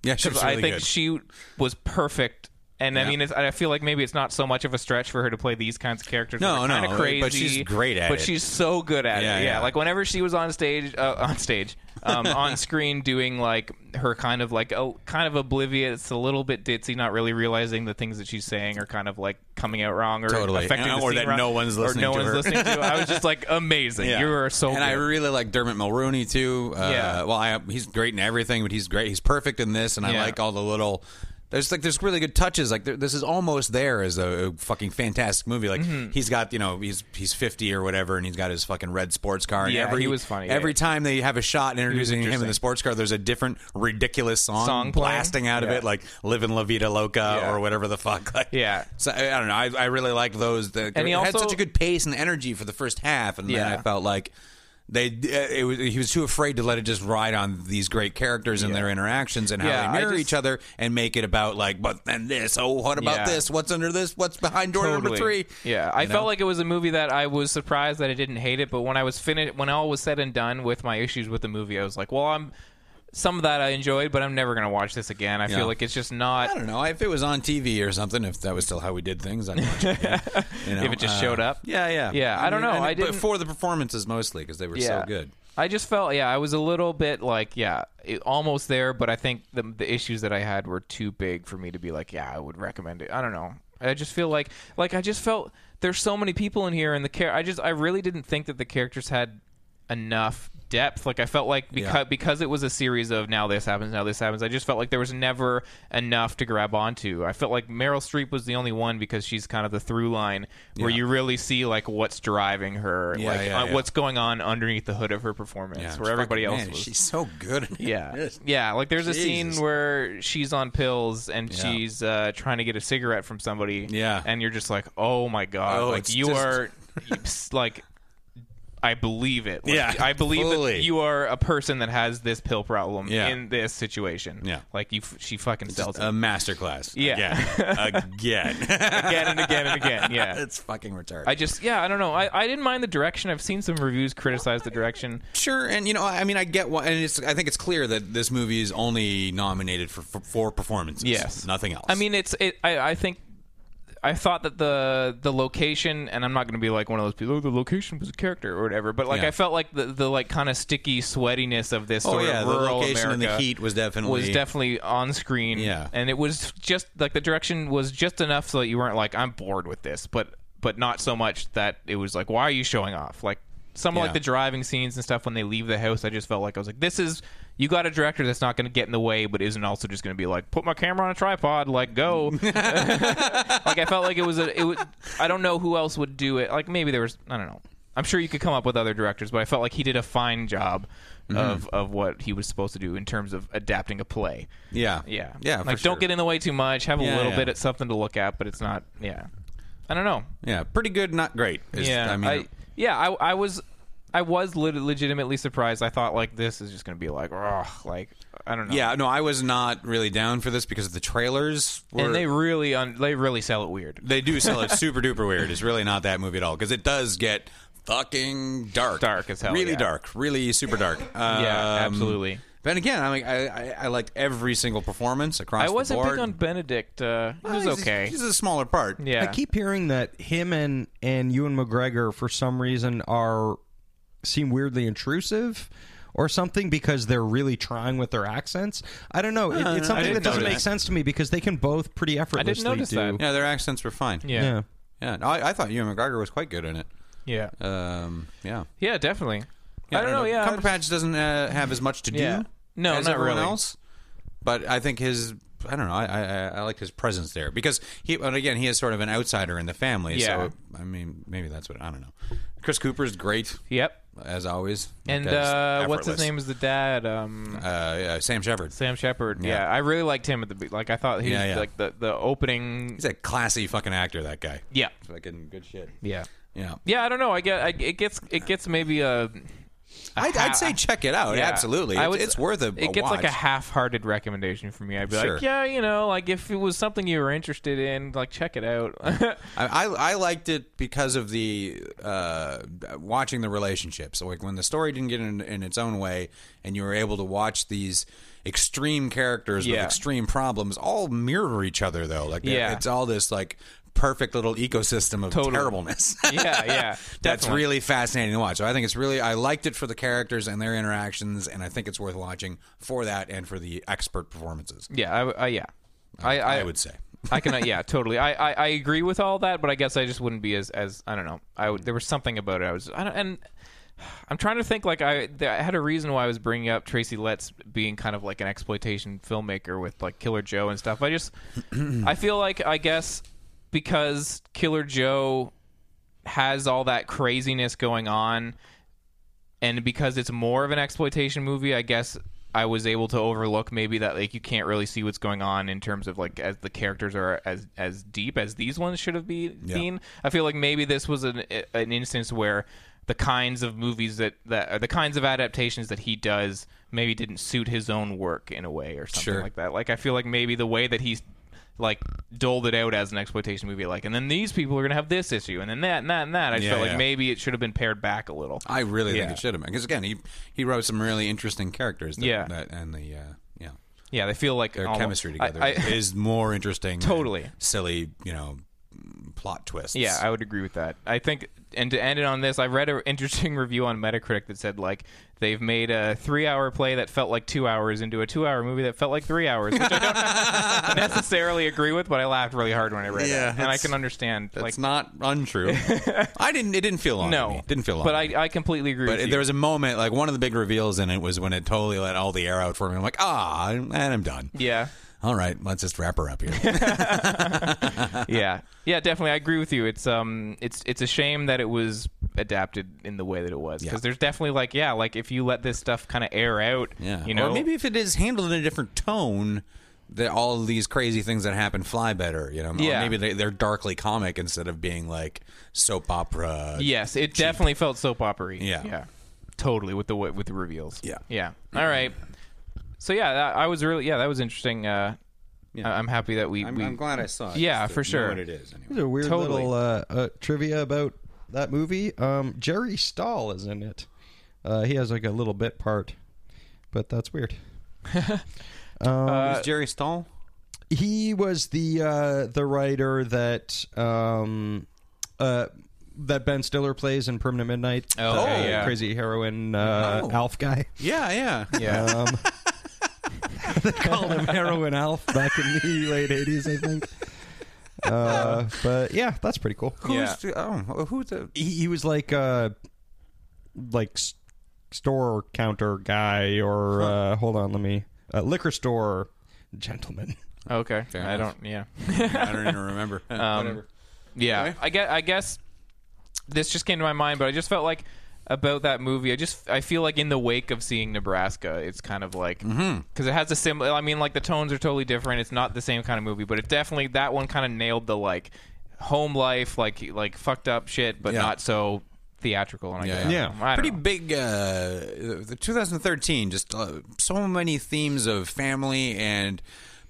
yeah, she was
Because
really
I think
good.
she was perfect. And I mean, it's, I feel like maybe it's not so much of a stretch for her to play these kinds of characters.
No,
that are
no,
kinda crazy,
but she's great at
But
it.
she's so good at
Yeah,
it. Yeah,
yeah.
like whenever she was on stage, uh, on stage, um, on screen, doing like her kind of like oh, kind of oblivious, a little bit ditzy, not really realizing the things that she's saying are kind of like coming out wrong or
Totally. Uh,
affecting the
Or
scene
that
wrong-
no one's listening
or no
to
one's
her.
listening to. I was just like amazing.
Yeah.
You are so.
And
good.
I really like Dermot Mulroney too. Uh,
Yeah.
Well, I, he's great in everything, but he's great. He's perfect in this, and I
Yeah.
like all the little. There's like there's really good touches. Like there, this is almost there as a, a fucking fantastic movie. Like
Mm-hmm.
he's got you know he's he's 50 or whatever, and he's got his fucking red sports car. And
Yeah,
every,
he was funny, yeah.
Every time they have a shot and introducing him in
interesting.
the sports car, there's a different ridiculous song,
Song playing?
blasting out of it, like "Living La Vida Loca"
Yeah.
or whatever the fuck. Like,
Yeah.
So I, I don't know. I, I really like those. The,
And he
it had
also-
such a good pace and energy for the first half, and then
Yeah.
I felt like they uh, it was, he was too afraid to let it just ride on these great characters and their interactions and how
Yeah, I
they mirror
just-
each other and make it about like but then this oh what about
Yeah.
this what's under this what's behind door number
Totally.
three
Yeah, I felt like it was a movie that I was surprised that I didn't hate it, but when I was finished, when all was said and done with my issues with the movie, I was like, well, I'm some of that I enjoyed, but I'm never gonna watch this again. I
Yeah.
feel like it's just not.
I don't know if it was on TV or something if that was still how we did things I'd watch it again, you know, Uh,
If it just showed up?
yeah yeah
Yeah, I don't know, I
but
didn't-
for the performances mostly because they were so good
I just felt, yeah, I was a little bit like, yeah, it, almost there, but I think the, the issues that I had were too big for me to be like, yeah, I would recommend it. I don't know. I just feel like, like I just felt there's so many people in here, and the care. I just, I really didn't think that the characters had enough depth. Like I felt like because
Yeah.
because it was a series of now this happens, now this happens. I just felt like there was never enough to grab onto. I felt like Meryl Streep was the only one because she's kind of the through line where you really see like what's driving her,
Yeah,
like
yeah,
uh,
yeah.
what's going on underneath the hood of her performance,
Yeah,
where everybody
fucking-
else
man,
was.
she's so good
yeah, yeah. Like there's a
Jesus.
scene where she's on pills and
Yeah.
she's uh, trying to get a cigarette from somebody.
Yeah.
and you're just like, oh my god,
Oh,
like
it's
you
just-
are, it's like. I believe it. Like,
Yeah,
I believe
fully.
that you are a person that has this pill problem
Yeah.
in this situation.
Yeah.
like you, f- she fucking sells
a
it
masterclass
Yeah.
again again
again and again and again. Yeah,
it's fucking retarded
I just, yeah, I don't know. I, I didn't mind the direction. I've seen some reviews criticize the direction.
Sure, and you know, I mean, I get why, and it's. I think it's clear that this movie is only nominated for for, for performances.
Yes.
nothing else.
I mean, it's. It, I, I think. I thought that the the location, and I'm not going to be like one of those people. Oh, the location was a character or whatever. But like,
Yeah.
I felt like the, the like kind of sticky sweatiness of this.
Oh,
sort
yeah,
of
the
rural
location and the
America
heat was definitely-
was definitely on screen.
Yeah.
and it was just like the direction was just enough so that you weren't like, I'm bored with this, but but not so much that it was like, why are you showing off? Like some of
Yeah.
like the driving scenes and stuff when they leave the house, I just felt like I was like, this is you got a director that's not going to get in the way, but isn't also just going to be like, put my camera on a tripod, like go. like I felt like it was a it was I don't know who else would do it. Like maybe there was I don't know. I'm sure you could come up with other directors, but I felt like he did a fine job of of what he was supposed to do in terms of adapting a play.
yeah,
Yeah.
yeah.
Like
for
don't
sure.
get in the way too much. Have
Yeah,
a little
yeah.
bit of something to look at, but it's not yeah. I don't know.
Yeah, pretty good, not great. Is- uh,
Yeah.
I mean,
yeah, I I was I was lit- legitimately surprised. I thought like this is just going to be like, ugh, like I don't know.
Yeah, no, I was not really down for this because the trailers were.
and they really un- they really sell it weird.
they do sell it super duper weird. It's really not that movie at all because it does get fucking dark,
Dark as hell,
really
yeah.
dark, really super dark.
Yeah,
Um,
absolutely.
But again, I, mean, I, I I liked every single performance across.
I wasn't
the board.
big on Benedict. Uh, he
Well,
was
he's-
okay.
He's a smaller part.
yeah,
I keep hearing that him and and Ewan McGregor for some reason are seem weirdly intrusive or something because they're really trying with their accents. I don't know. It, it's something
didn't
that doesn't
notice
make
that.
sense to me because they can both pretty effortlessly
notice
do.
that.
Yeah, their accents were fine.
yeah, yeah,
Yeah.
yeah. No, I, I thought Ewan McGregor was quite good in it.
yeah,
Um, yeah.
definitely.
Yeah,
I don't know. Yeah, I just-
Cumberbatch doesn't uh, have as much to do.
Yeah. No,
as
not
everyone
really.
else. But I think his. I don't know. I, I I- I liked his presence there because he. But again, he is sort of an outsider in the family.
Yeah.
So I mean, maybe that's what I don't know. Chris Cooper's great
yep.
as always. That
And
guy's
uh, what's his
effortless.
name is the dad? Um,
Uh, yeah, Sam Shepard.
Sam Shepard. Yeah.
Yeah.
I really liked him at the be- like. I thought he
Yeah,
was
yeah.
like the the opening.
He's a classy fucking actor. That guy.
Yeah,
Fucking good shit.
yeah,
Yeah.
yeah. I don't know. I get. I, it gets. It gets maybe a.
I'd, I'd say check it out.
Yeah.
Oh, Absolutely.
I
It's,
would-
it's worth a,
It
a
gets like a
watch.
half-hearted recommendation from me. I'd be
Sure.
like, yeah, you know, like if it was something you were interested in, like check it out.
I, I I liked it because of the uh, watching the relationships. Like when the story didn't get in, in its own way, and you were able to watch these extreme characters with
Yeah.
extreme problems all mirror each other, though. Like they're-
Yeah.
it's all this like perfect little ecosystem of
Totally.
terribleness.
yeah, yeah.
That's
definitely.
really fascinating to watch. So I think it's really I liked it for the characters and their interactions, and I think it's worth watching for that and for the expert performances.
Yeah, I, w- I- yeah. I, I,
I would say.
I can, yeah, totally. I, I, I agree with all that, but I guess I just wouldn't be as, as I don't know. I would, there was something about it. I was, I don't, and I'm trying to think. Like I, th- I had a reason why I was bringing up Tracy Letts being kind of like an exploitation filmmaker with like Killer Joe and stuff. I just, I feel like I guess because Killer Joe has all that craziness going on, and because it's more of an exploitation movie, I guess I was able to overlook maybe that like you can't really see what's going on in terms of like as the characters are as as deep as these ones should have be, been. I feel like maybe this was an an instance where the kinds of movies that that or the kinds of adaptations that he does maybe didn't suit his own work in a way or something
Sure.
like that. Like I feel like maybe the way that he's like doled it out as an exploitation movie, like, and then these people are gonna have this issue, and then that, and that, and that. I just
Yeah,
felt like
yeah.
maybe it should have been pared back a little.
I really
Yeah.
think it should have been because again, he he wrote some really interesting characters. That,
Yeah.
that, and the uh, yeah,
Yeah, they feel like
their
almost-
chemistry
I-
together
I-
is more interesting. than
Totally.
silly, you know, plot twists.
yeah, I would agree with that. I think, and to end it on this, I read an interesting review on Metacritic that said like they've made a three-hour play that felt like two hours into a two-hour movie that felt like three hours, which I don't necessarily agree with, but I laughed really hard when I read
Yeah,
it, and I
that's-
can understand.
that's
like,
not untrue. I didn't. It didn't feel long. to me.
no,
It didn't feel long.
But
to me.
I, I completely agree.
But
with you.
there was a moment, like one of the big reveals in it was when it totally let all the air out for me. I'm like, ah, and I'm done.
yeah.
All right, let's just wrap her up here.
yeah yeah definitely i agree with you it's um it's it's a shame that it was adapted in the way that it was because
Yeah.
there's definitely like yeah like if you let this stuff kind of air out
yeah.
you know
or maybe if it is handled in a different tone. That all these crazy things that happen fly better, you know. Or
Yeah.
maybe they, they're darkly comic instead of being like soap opera.
yes it definitely felt soap opery
Yeah.
yeah totally with the wa- with the reveals
Yeah.
yeah all right so yeah that, i was really yeah that was interesting uh I- i'm happy that we,
I'm,
we
I'm glad I saw it.
Yeah,
just to
for
know
sure.
What it is. Anyway.
There's a weird
Totally.
little uh, uh, trivia about that movie. Um, Jerry Stahl is in it. Uh, he has like a little bit part, but that's weird.
Uh,
is Jerry Stahl?
He was the uh, the writer that um, uh, that Ben Stiller plays in Permanent Midnight.
Oh,
the
okay, yeah.
crazy heroin uh, Alf guy. Um,
Yeah, yeah,
yeah
they called him heroin Alf back in the late eighties, I think. Uh, but yeah, that's pretty cool.
Yeah.
Who's the, oh, who the?
he, he was like uh like s- store counter guy or uh hold on let me uh, liquor store gentleman
okay i
enough.
don't yeah
I don't even remember.
Um,
Whatever.
Yeah,
Okay.
I guess I guess this just came to my mind, but I just felt like about that movie. I just I feel like in the wake of seeing Nebraska, it's kind of like because
Mm-hmm.
it has a similar. I mean, like the tones are totally different. It's not the same kind of movie, but it definitely that one kind of nailed the like home life, like like fucked up shit, but
Yeah.
not so theatrical. And I
Yeah,
go,
yeah.
"Oh, I
pretty
don't know."
big. Uh, the 2013, just uh, so many themes of family and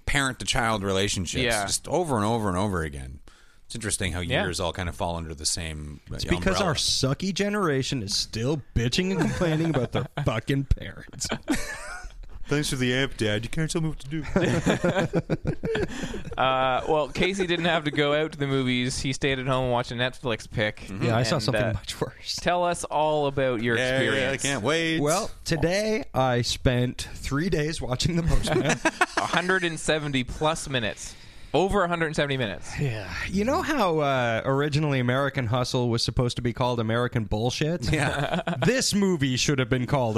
parent to child relationships,
Yeah.
just over and over and over again. It's interesting how
Yeah.
years all kind of fall under the same. uh, It's
Because our sucky generation is still bitching and complaining about their fucking parents.
thanks for the app, Dad. You can't tell me what to do.
Uh, well, Casey didn't have to go out to the movies. He stayed at home watching Netflix pick.
Mm-hmm.
Yeah, I saw
And,
something
uh,
much worse.
Tell us all about your
yeah, I
experience.
can't wait.
Well, today I spent three days watching The Postman.
170 plus minutes. Over 170 minutes.
yeah. You know how uh, originally American Hustle was supposed to be called American Bullshit? Yeah. this movie should have been called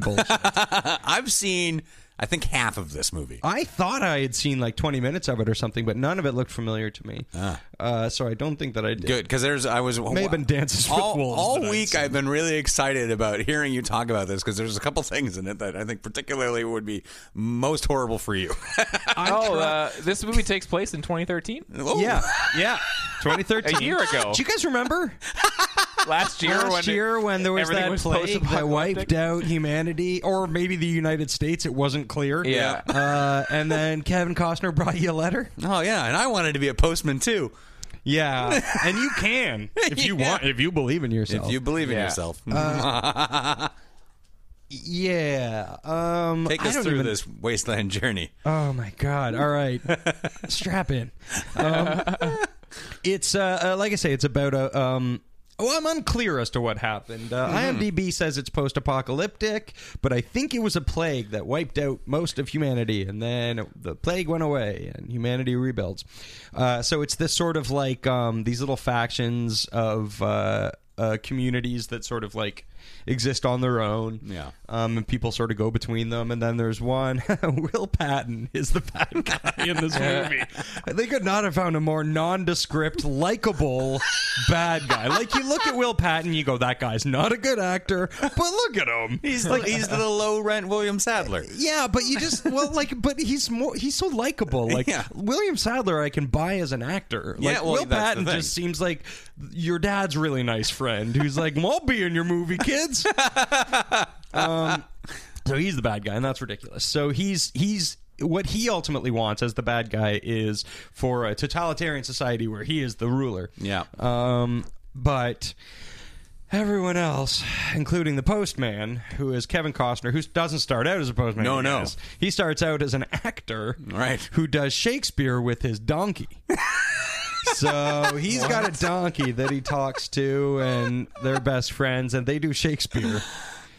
Bullshit.
I've seen, I think, half of this movie.
I thought I had seen like 20 minutes of it or something, but none of it looked familiar to me.
Ah.
Uh, so I don't think that I did.
Good, because there's I was
May have been Dances with
all,
Wolves
all
that I'd
week.
seen.
I've been really excited about hearing you talk about this because there's a couple things in it that I think particularly would be most horrible for you.
oh, uh, this movie takes place in 2013?
Oh.
Yeah, yeah. 2013.
A year ago.
Do you guys remember
Last year
last
when it-
year when there was
everything
that
was
plague that
post-apocalyptic?
wiped out humanity, or maybe the United States? It wasn't clear.
Yeah.
Uh, and then Kevin Costner brought you a letter.
Oh yeah, and I wanted to be a postman too.
Yeah, and you can if you want, if you believe in yourself.
If you believe in
Yeah.
yourself, Uh,
yeah. Um,
take
I
us
don't
through
even-
this wasteland journey.
Oh my god! All right, strap in. Um, it's uh, uh, like I say, it's about a. Um, well, I'm unclear as to what happened. Uh, IMDb says it's post-apocalyptic, but I think it was a plague that wiped out most of humanity, and then the plague went away, and humanity rebuilds. Uh, so it's this sort of like um, these little factions of uh, uh, communities that sort of like exist on their own.
Yeah.
Um, and people sort of go between them. And then there's one. Will Patton is the bad guy in this movie. they could not have found a more nondescript, likable bad guy. Like, you look at Will Patton, you go, that guy's not a good actor, but look at him.
He's the, he's the low rent William Sadler.
Yeah, but you just well like, but he's more he's so likable. Like
Yeah.
William Sadler, I can buy as an actor. Like,
Yeah, well,
Will
that's the
Patton
thing.
just seems like your dad's really nice friend who's like, "Well, "I'll be in your movie, kids." um, so he's the bad guy, and that's ridiculous. So he's he's. What he ultimately wants as the bad guy is for a totalitarian society where he is the ruler.
Yeah.
Um, but everyone else, including the postman, who is Kevin Costner, who doesn't start out as a postman.
No,
you
no.
guys. He starts out as an actor
Right.
who does Shakespeare with his donkey. so he's got a donkey that he talks to, and they're best friends, and they do Shakespeare.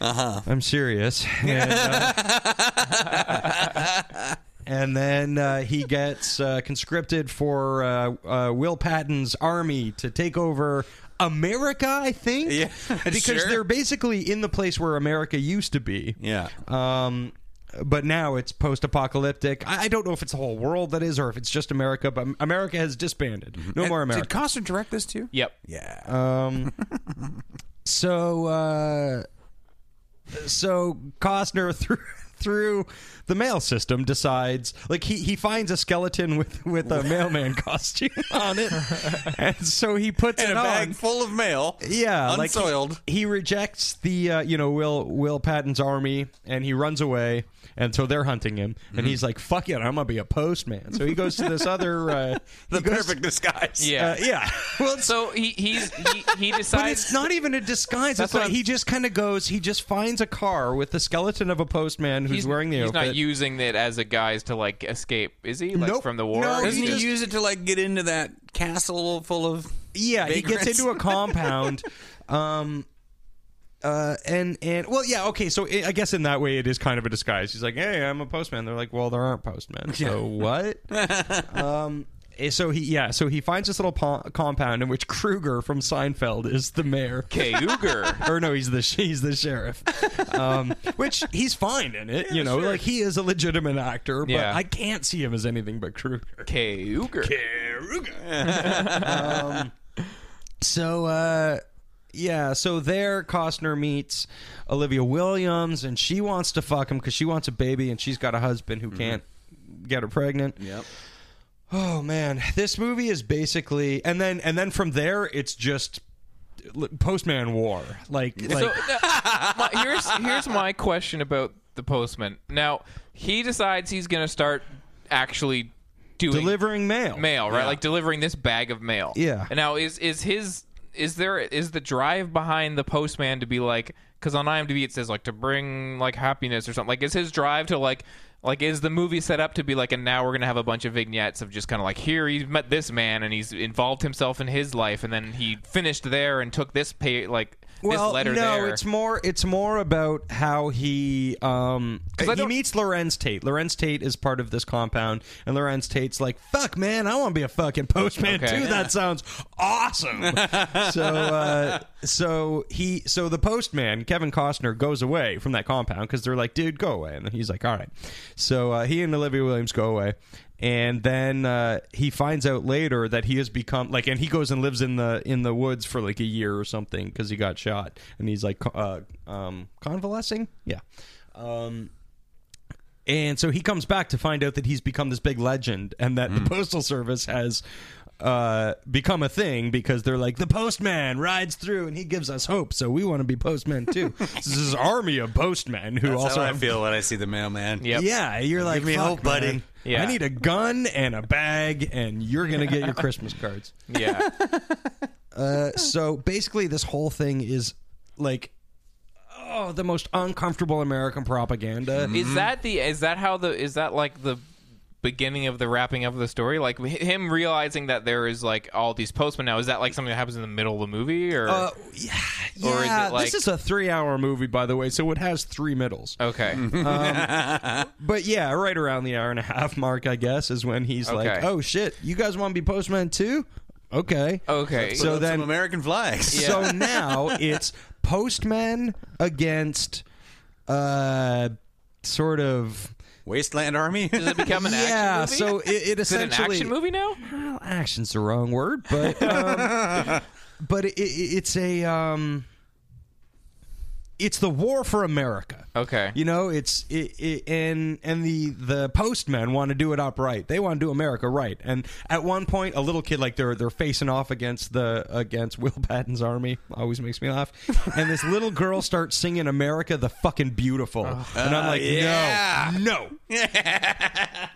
Uh-huh. I'm serious. And, uh, and then uh, he gets uh, conscripted for uh, uh, Will Patton's army to take over America, I think.
Yeah,
because
sure.
they're basically in the place where America used to be.
Yeah.
Um, but now it's post-apocalyptic. I, I don't know if it's the whole world that is, or if it's just America. But America has disbanded. No more
And
America.
Did Costner direct this too?
Yep.
Uh,
Yeah. Uh,
so, uh, so Costner through through the mail system decides like he, he finds a skeleton with with a mailman costume on it and so he puts
and
it
a bag
on
full of mail.
Yeah, like,
unsoiled.
he, he rejects the uh, you know Will Will Patton's army, and he runs away, and so they're hunting him,
Mm-hmm.
and he's like, "Fuck it, I'm gonna be a postman." So he goes to this other uh,
the
he goes-
perfect disguise.
Yeah.
uh, yeah. Well, it's,
So he he's, he, he
but
decides.
it's not even a disguise.
That's
It's
what
like
I'm-
he just kind of goes. He just finds a car with the skeleton of a postman who's
he's
wearing the
he's
outfit.
not using it as a guise to like escape, is he? Like
Nope.
from the war?
No,
Or
Doesn't
is
he,
he just-
use it to like get into that castle full of?
Yeah, he
vagrants?
gets into a compound. um uh, and and well, yeah, okay. So i I guess in that way, it is kind of a disguise. He's like, "Hey, I'm a postman." They're like, "Well, there aren't postmen." So what? um, eh, so he yeah, so he finds this little po- compound in which Kruger from Seinfeld is the mayor.
Kauger.
Or no, he's the sh- he's the sheriff, um, which he's fine in it. you know, like he is a legitimate actor, but
Yeah.
I can't see him as anything but Kruger.
Kauger.
So uh yeah, so there Costner meets Olivia Williams and she wants to fuck him cuz she wants a baby and she's got a husband who
Mm-hmm.
can't get her pregnant.
Yep.
Oh man, this movie is basically and then and then from there it's just l- Postman War. Like, like
So, uh, my- here's here's my question about the postman. Now he decides he's going to start actually doing
delivering mail.
mail, right? Like delivering this bag of mail.
Yeah.
And now is is his is there is the drive behind the postman to be like because on IMDb it says like to bring like happiness or something. Like is his drive to like like is the movie set up to be like and now we're gonna have a bunch of vignettes of just kind of like here he's met this man and he's involved himself in his life and then he finished there and took this pay like
Well,
this letter
no,
there.
it's more it's more about how he um
I
he
don't-
meets Lorenz Tate. Lorenz Tate is part of this compound, and Lorenz Tate's like, "Fuck, man, I want to be a fucking postman
Okay.
too. That sounds awesome." so, uh, so he so the postman Kevin Costner goes away from that compound because they're like, "Dude, go away," and he's like, "All right." So uh, he and Olivia Williams go away. And then uh, he finds out later that he has become like, and he goes and lives in the in the woods for like a year or something because he got shot, and he's like uh, um, convalescing, yeah. Um, and so he comes back to find out that he's become this big legend and that
Hmm.
the Postal Service has uh, become a thing because they're like, the postman rides through and he gives us hope. So we want to be postmen too. this is this army of postmen who
That's
also
how I
have-
feel when I see the mailman.
Yep.
Yeah, you're like,
me
"Fuck,
hope, buddy."
man.
Yeah.
I need a gun and a bag, and you're gonna get your Christmas cards. Uh,
yeah.
so basically, this whole thing is like, oh, the most uncomfortable American propaganda.
Is that the is that how the is that like the beginning of the wrapping up of the story? Like h- him realizing that there is like all these postmen now. Is that like something that happens in the middle of the movie or or
Uh,
is
yeah,
it like-
this is a three-hour movie, by the way, so it has three middles.
okay?
But yeah, right around the hour and a half mark, I guess, is when he's like,
Okay.
"Oh shit, you guys want to be postman too? Okay,
Okay.
So
So then
then,
some American flags.
So now it's postman against uh sort of
Wasteland Army.
Does it become an
yeah.
action movie?
So it, it
is it an
essentially
action movie now?
Well, action's the wrong word, but um, but it, it, it's a um, it's the war for America.
Okay.
you know it's it, it, and and the the postmen want to do it upright. They want to do America right. And at one point, a little kid like they're they're facing off against the against Will Patton's army. Always makes me laugh. And this little girl starts singing "America the fucking beautiful,"
Oh.
and I'm like,
Uh,
yeah.
no, no.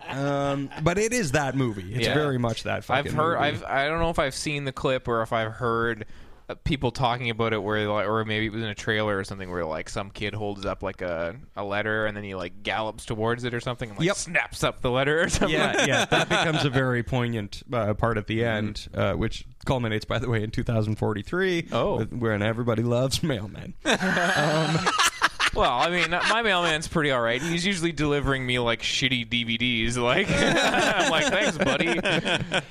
um, but it is that movie. It's
Yeah.
very much that.
I've
fucking
heard.
movie.
I've. I don't know if I've seen the clip or if I've heard uh, people talking about it, where like, or maybe it was in a trailer or something, where like some kid holds up like a, a letter and then he like gallops towards it or something and like
Yep.
snaps up the letter or something.
yeah, yeah. That becomes a very poignant uh, part at the end, uh, which culminates, by the way, in 2043.
Oh.
with- when everybody loves mailmen.
Well, I mean, my mailman's pretty all right. He's usually delivering me like shitty DVDs. Like, I'm like, thanks, buddy.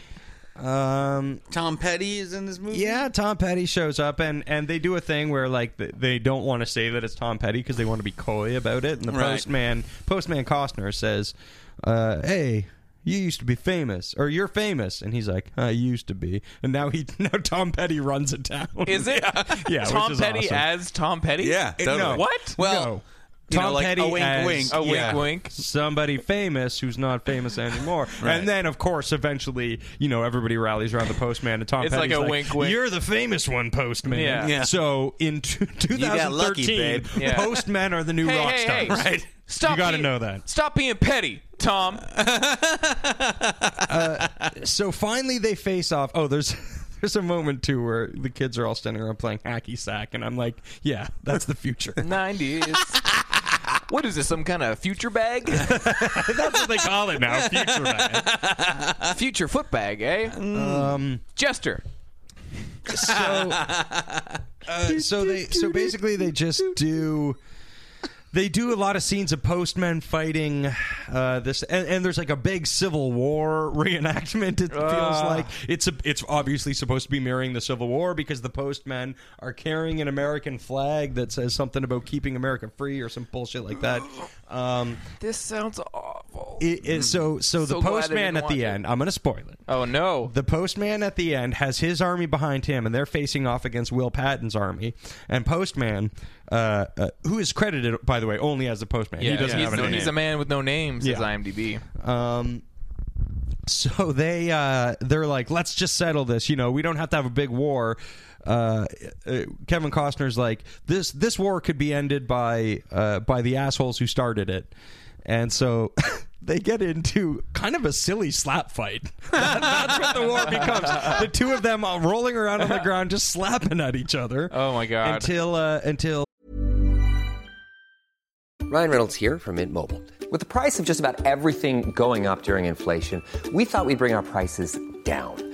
um,
Tom Petty is in this movie.
yeah, Tom Petty shows up, and and they do a thing where like th- they don't want to say that it's Tom Petty because they want to be coy about it. And the
Right.
postman, postman Costner says, uh, "Hey." You used to be famous, or you're famous, and he's like, "I used to be," and now he now Tom Petty runs it down.
Is it
Yeah, which
Tom
is
Petty
awesome.
as Tom Petty?
Yeah,
It-
totally.
no. What?
Well,
No.
you
Tom
know, like
Petty
a wink,
as-
wink.
A wink,
Yeah.
wink.
somebody famous who's not famous anymore. And then, of course, eventually, you know, everybody rallies around the postman and Tom
It's
Petty's
like a wink, wink.
You're the famous one, postman.
Yeah.
Yeah.
So in t-
got lucky,
2013,
babe.
Yeah.
postmen are the new
Hey,
rock
hey, hey,
stars.
right? Stop.
You gotta
being-
know that.
Stop being petty, Tom.
So finally, they face off. Oh, there's. There's a moment too where the kids are all standing around playing hacky sack, and I'm like, "Yeah, that's the future."
Nineties. What is this? Some kind of future bag?
that's what they call it now, future man.
future foot bag, eh?
Um,
Jester.
so, uh, so they so basically they just do they do a lot of scenes of postmen fighting uh, this and, and there's like a big civil war reenactment it feels
Ah.
like it's a, it's obviously supposed to be mirroring the civil war because the postmen are carrying an american flag that says something about keeping america free or some bullshit like that um,
This sounds awful.
it, it- so so the
So glad I
postman
didn't
at
watch
the
it.
end i'm gonna spoil it
Oh no.
the postman at the end has his army behind him, and they're facing off against Will Patton's army. And postman, uh, uh, who is credited by the way only as the postman, he doesn't
he's,
have a
he's
name.
a man with no name, says
Yeah.
IMDb.
Um, so they uh, they're like, let's just settle this. You know, we don't have to have a big war. Uh, uh, Kevin Costner's like, this this war could be ended by uh, by the assholes who started it, and so. They get into kind of a silly slap fight. That- that's what the war becomes. The two of them are rolling around on the ground, just slapping at each other.
Oh my God.
Until uh, until
Ryan Reynolds here from Mint Mobile. With the price of just about everything going up during inflation, we thought we'd bring our prices down.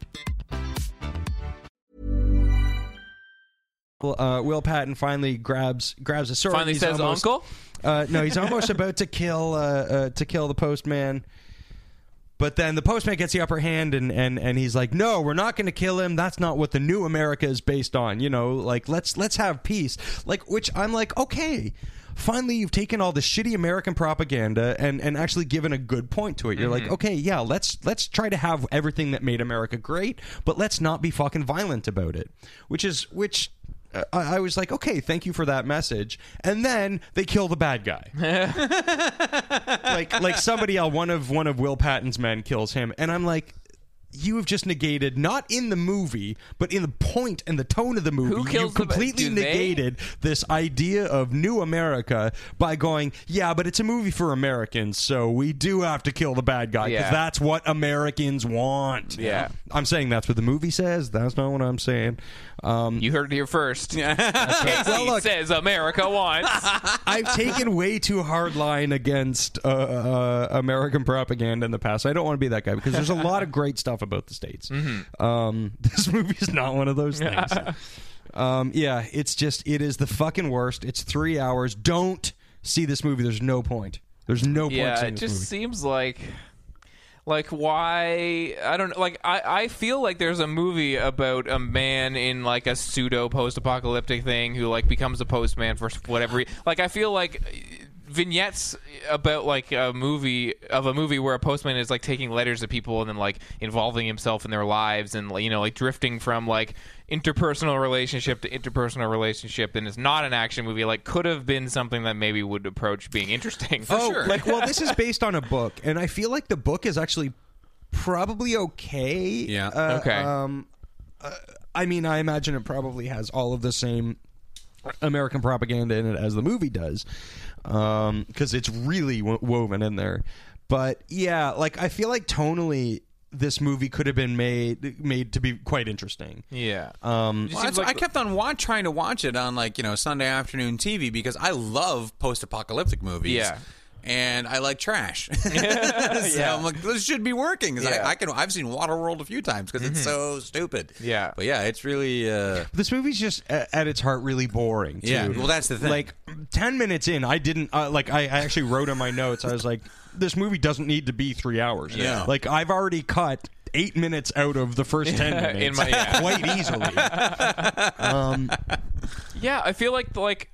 uh, Will Patton finally grabs grabs a sword.
Finally
He's
says
almost-
uncle.
Uh, no, he's almost about to kill uh, uh, to kill the postman. But then the postman gets the upper hand, and, and, and he's like, "No, we're not going to kill him. That's not what the new America is based on. You know, like let's let's have peace. Like, which I'm like, okay, finally you've taken all the shitty American propaganda and, and actually given a good point to it. You're like, okay, yeah, let's let's try to have everything that made America great, but let's not be fucking violent about it. Which is which I, I was like, okay, thank you for that message. And then they kill the bad guy. like like somebody else, one of one of Will Patton's men kills him, and I'm like. You have just negated, not in the movie, but in the point and the tone of the movie. you
kills the-
completely
do they?
negated this idea of new America by going, yeah, but it's a movie for Americans, so we do have to kill the bad guy because
Yeah.
that's what Americans want.
Yeah.
I'm saying that's what the movie says. That's not what I'm saying. Um,
You heard it here first. Casey says America wants.
I've taken way too hard line against uh, uh, American propaganda in the past. I don't want to be that guy because there's a lot of great stuff about the states.
Mm-hmm.
Um, this movie's not one of those things. um, yeah, it's just it is the fucking worst. It's three hours. Don't see this movie. There's no point. There's no point.
yeah,
seeing
it
this
just
movie.
seems like like why I don't know like I, I feel like there's a movie about a man in like a pseudo post apocalyptic thing who like becomes a postman for whatever re- like I feel like vignettes about like a movie of a movie where a postman is like taking letters to people and then like involving himself in their lives and like, you know like drifting from like interpersonal relationship to interpersonal relationship and it's not an action movie like could have been something that maybe would approach being interesting for
oh, like well, this is based on a book, and I feel like the book is actually probably okay.
Yeah.
Uh,
Okay.
Um, uh, I mean, I imagine it probably has all of the same American propaganda in it as the movie does, because it's really wo- woven in there. But yeah, like I feel like tonally, this movie could have been made made to be quite interesting.
Yeah.
Um,
Well, that's- I kept on wa- trying to watch it on like you know Sunday afternoon TV because I love post-apocalyptic movies.
Yeah.
And I like trash, so I'm like, this should be working. 'Cause
Yeah. Mm-hmm.
I, I can. I've seen Waterworld a few times because it's so stupid.
Yeah.
but yeah, it's really. Uh,
This movie's just a- at its heart really boring. Too.
Yeah, well, that's the thing.
Like ten minutes in, I didn't uh, like. I, I actually wrote in my notes. I was like, "This movie doesn't need to be three hours."
Yeah.
like I've already cut eight minutes out of the first ten minutes
my- yeah.
quite easily. Um,
yeah, I feel like like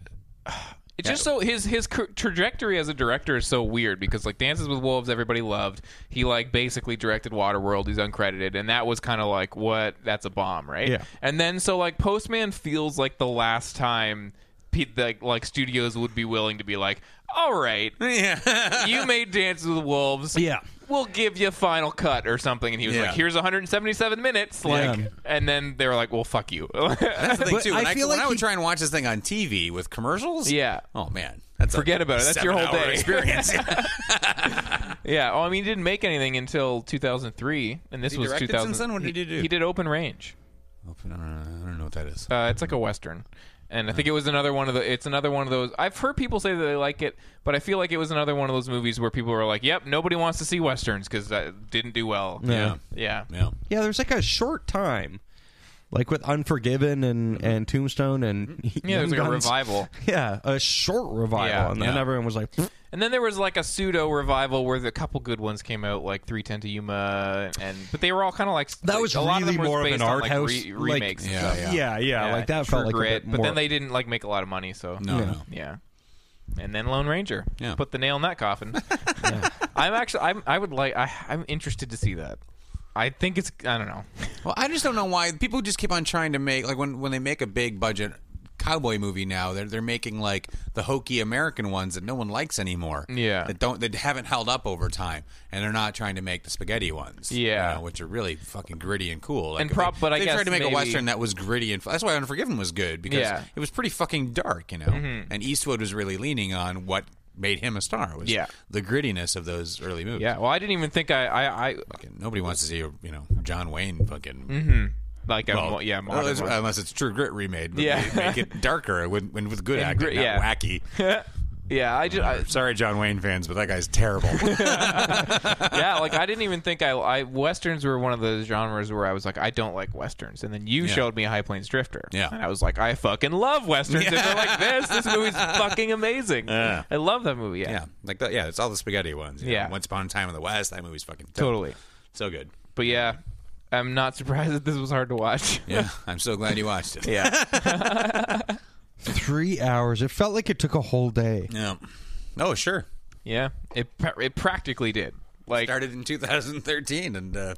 it's just so his his cr- trajectory as a director is so weird because like Dances with Wolves everybody loved. He like basically directed Waterworld, he's uncredited and that was kind of like what that's a bomb, right?
Yeah.
And then so like Postman feels like the last time pe- like like studios would be willing to be like, "All right,
yeah,
you made Dances with Wolves.
Yeah.
We'll give you final cut or something. And he was
Yeah.
like, here's 177 minutes. Like,
Yeah.
and then they were like, well, fuck you.
that's the thing
But
too. When
I
I,
feel
when
like
I would
he-
try and watch this thing on TV with commercials.
Yeah.
Oh man, that's a
Forget about it. That's your whole
seven-hour
day.
experience.
yeah. Well, I mean, he didn't make anything until 2003. And this
He
was
directed
2000.
since then? What did he do?
He did Open Range.
I don't know what that is.
Uh, it's like a Western. And I think it was another one of the. It's another one of those. I've heard people say that they like it, but I feel like it was another one of those movies where people were like, "Yep, nobody wants to see westerns because that didn't do well."
Yeah.
yeah,
Yeah.
Yeah, there's like a short time, like with Unforgiven and
Mm-hmm.
and Tombstone and
Mm-hmm. Yeah, there's like a revival.
Yeah, a short revival,
Yeah.
and then
Yeah.
everyone was like,
And then there was like a pseudo revival where the couple good ones came out, like Three Ten to Yuma, and but they were all kind of like
That
like,
was
a lot of
really
them were
more of
based
an
on,
art
like,
house,
re-
like-
remakes. and
Yeah,
stuff.
yeah, yeah, like that
True
felt like a
grit,
bit
but
more-
then they didn't like make a lot of money, so
No, no.
yeah. And then Lone Ranger,
Yeah.
put the nail in that coffin. I'm actually, I'm, I would like, I, I'm interested to see that. I think it's, I don't know.
Well, I just don't know why people just keep on trying to make like when when they make a big budget cowboy movie now they're they're making like the hokey American ones that no one likes anymore.
Yeah.
that don't that haven't held up over time, and they're not trying to make the spaghetti ones. you
Yeah.
know, which are really fucking gritty and cool. Like,
And
if
prob-
they,
but I
they
guess
tried to make
maybe-
a western that was gritty and fu- that's why Unforgiven was good because
Yeah. Mm-hmm.
it was pretty fucking dark, you know. And Eastwood was really leaning on what made him a star was
Yeah.
the grittiness of those early movies.
Yeah, well, I didn't even think I, I, I
Nobody wants to see, you know, John Wayne fucking
Mm-hmm. like, a
well,
mo- yeah, modern
unless,
one.
unless it's uh, True Grit remade. But
Yeah.
yeah, make it darker with and with good
And
acting,
grit-
not
yeah.
wacky. Uh,
yeah, I just, I,
Sorry, John Wayne fans, but that guy's terrible.
yeah, like I didn't even think I, I westerns were one of those genres where I was like, I don't like westerns, and then you showed me High Plains Drifter,
Yeah.
and I was like, I fucking love westerns. If they're like this, this movie's fucking amazing. I love that movie. Yeah,
yeah, like that. Yeah, it's all the spaghetti ones. you know.
Yeah.
Once Upon a Time in the West. That movie's fucking dope.
totally.
so good.
But yeah, I'm not surprised that this was hard to watch.
Yeah, I'm so glad you watched it.
yeah,
three hours. It felt like it took a whole day.
yeah. Oh sure.
yeah, it pra- it practically did. Like,
Started in 2013 and uh,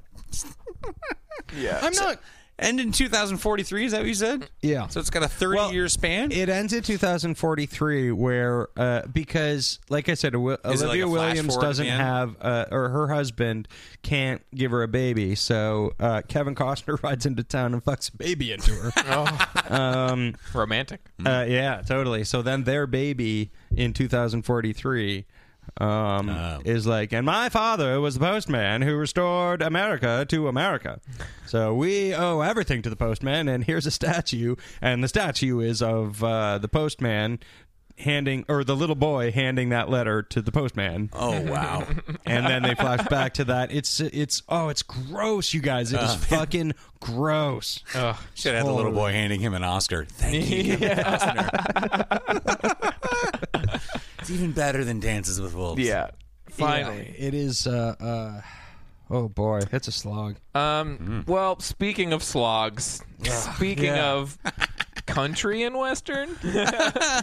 I'm not.
ended in 2043. Is that what you said?
Yeah.
So it's got a 30
Well,
year span.
It ends in 2043, where uh, because, like I said, Wi-
Is it like
Olivia
a flash
Williams
forward at
doesn't
the end?
have, uh, or her husband can't give her a baby, so uh, Kevin Costner rides into town and fucks a baby into her.
romantic.
Uh, yeah, totally. So then their baby in 2043 um, is like, and my father was the postman who restored America to America. So we owe everything to the postman, and here's a statue, and the statue is of uh, the postman handing or the little boy handing that letter to the postman
oh wow.
and then they flash back to that it's it's oh it's gross you guys it is fucking gross
Should have had the little boy handing him an Oscar. Thank you, Kevin Costner. it's even better than Dances with Wolves.
Yeah, finally.
it is uh, uh oh boy it's a slog
Um, Well, speaking of slogs, speaking
Yeah.
of country and western.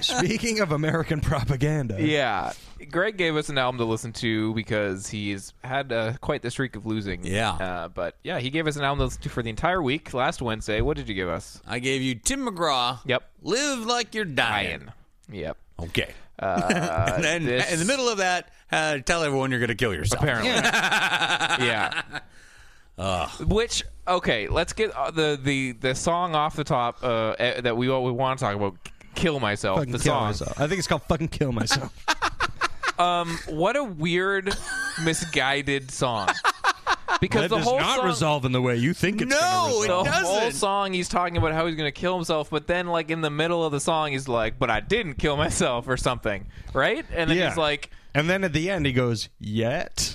Speaking of American propaganda,
Yeah, Greg gave us an album to listen to because he's had uh, quite the streak of losing.
Yeah.
uh, but yeah, he gave us an album to listen to for the entire week last Wednesday. What did you give us?
I gave you Tim McGraw.
Yep.
Live like you're dying.
Ian. Yep.
Okay. and then
Uh, this-
in the middle of that, uh, tell everyone you're going to kill yourself.
Apparently. yeah. Which okay, let's get uh, the the the song off the top uh, eh, that we all we want to talk about. Kill myself.
fucking
the
kill
song.
myself. I think it's called "Fucking Kill Myself."
What a weird, misguided song. Because
that
the
does
whole
not
song,
resolve in the way you think it's. gonna
No,
resolve.
it
the whole
doesn't.
song he's talking about how he's going to kill himself but then like in the middle of the song he's like but i didn't kill myself or something right and then
yeah.
he's like
and then at the end he goes, "Yet."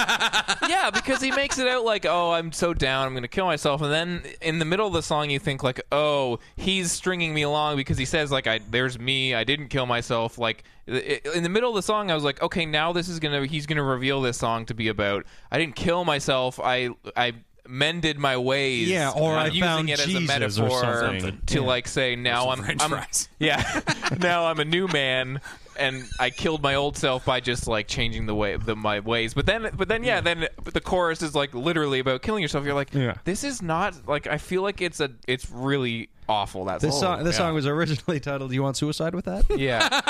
yeah because he makes it out like oh i'm so down i'm going to kill myself and then in the middle of the song you think like oh he's stringing me along because he says like i there's me i didn't kill myself like i- in the middle of the song i was like okay now this is going to he's going to reveal this song to be about i didn't kill myself i i mended my ways
Yeah, or
I'm
I
using
found
it as a
Jesus or
metaphor
something.
to like say now i'm,
French
I'm
fries.
yeah now i'm a new man and i killed my old self by just like changing the way the, my ways but then but then yeah, then the chorus is like literally about killing yourself you're like
Yeah.
this is not like i feel like it's a it's really awful that
this
song
song, this song was originally titled "You Want Suicide with That."
yeah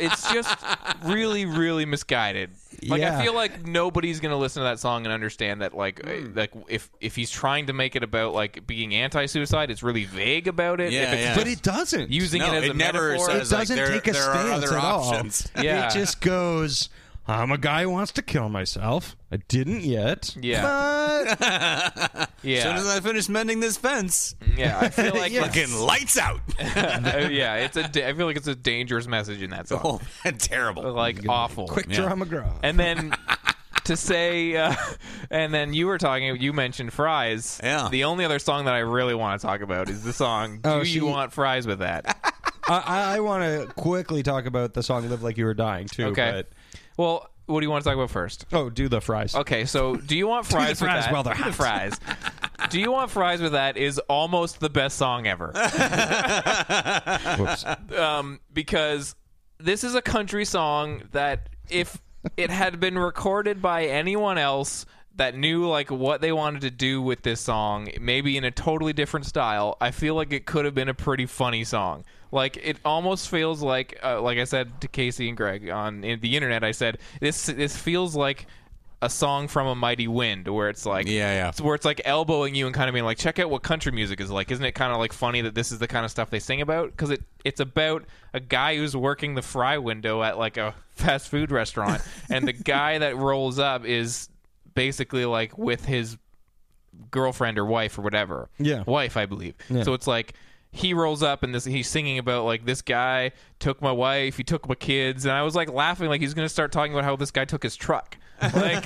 it's just really really misguided like
Yeah.
i feel like nobody's gonna listen to that song and understand that like uh, like if if he's trying to make it about like being anti-suicide it's really vague about it
Yeah,
If it's
yeah.
but it doesn't.
using
No,
it as
it
a
never
metaphor
says
it doesn't
like, there-
take a
there are
stance
other
at
options.
all.
Yeah.
It just goes. I'm a guy who wants to kill myself. I didn't yet.
Yeah.
But
Yeah.
As soon as I finish mending this fence,
yeah, I feel like
fucking lights out.
uh, yeah, it's a. Da- I feel like it's a dangerous message in that song.
oh, terrible.
Like awful.
quick draw McGraw.
And then to say, uh, and then you were talking. You mentioned fries.
Yeah.
The only other song that I really want to talk about is the song "Do
Oh,
You
she-
Want Fries with That."
I, I want to quickly talk about the song "Live Like You Were Dying" too.
Okay. Well, what do you want to talk about first?
But, oh, do the fries.
Okay, so do you want fries,
fries
with that?
while they're
Do the
hot.
fries. Do you want fries with that is almost the best song ever.
Whoops.
because this is a country song that if it had been recorded by anyone else that knew like what they wanted to do with this song, maybe in a totally different style, I feel like it could have been a pretty funny song. Like it almost feels like, uh, like I said to Casey and Greg on in the internet, I said this this feels like a song from a mighty wind where it's like
Yeah, yeah.
it's where it's like elbowing you and kind of being like, check out what country music is like. Isn't it kind of like funny that this is the kind of stuff they sing about? Because it it's about a guy who's working the fry window at like a fast food restaurant, and the guy that rolls up is basically like with his girlfriend or wife or whatever.
Yeah.
wife, I believe. So it's like. He rolls up and this he's singing about like this guy took my wife, he took my kids, and I was like laughing like he's gonna start talking about how this guy took his truck. Like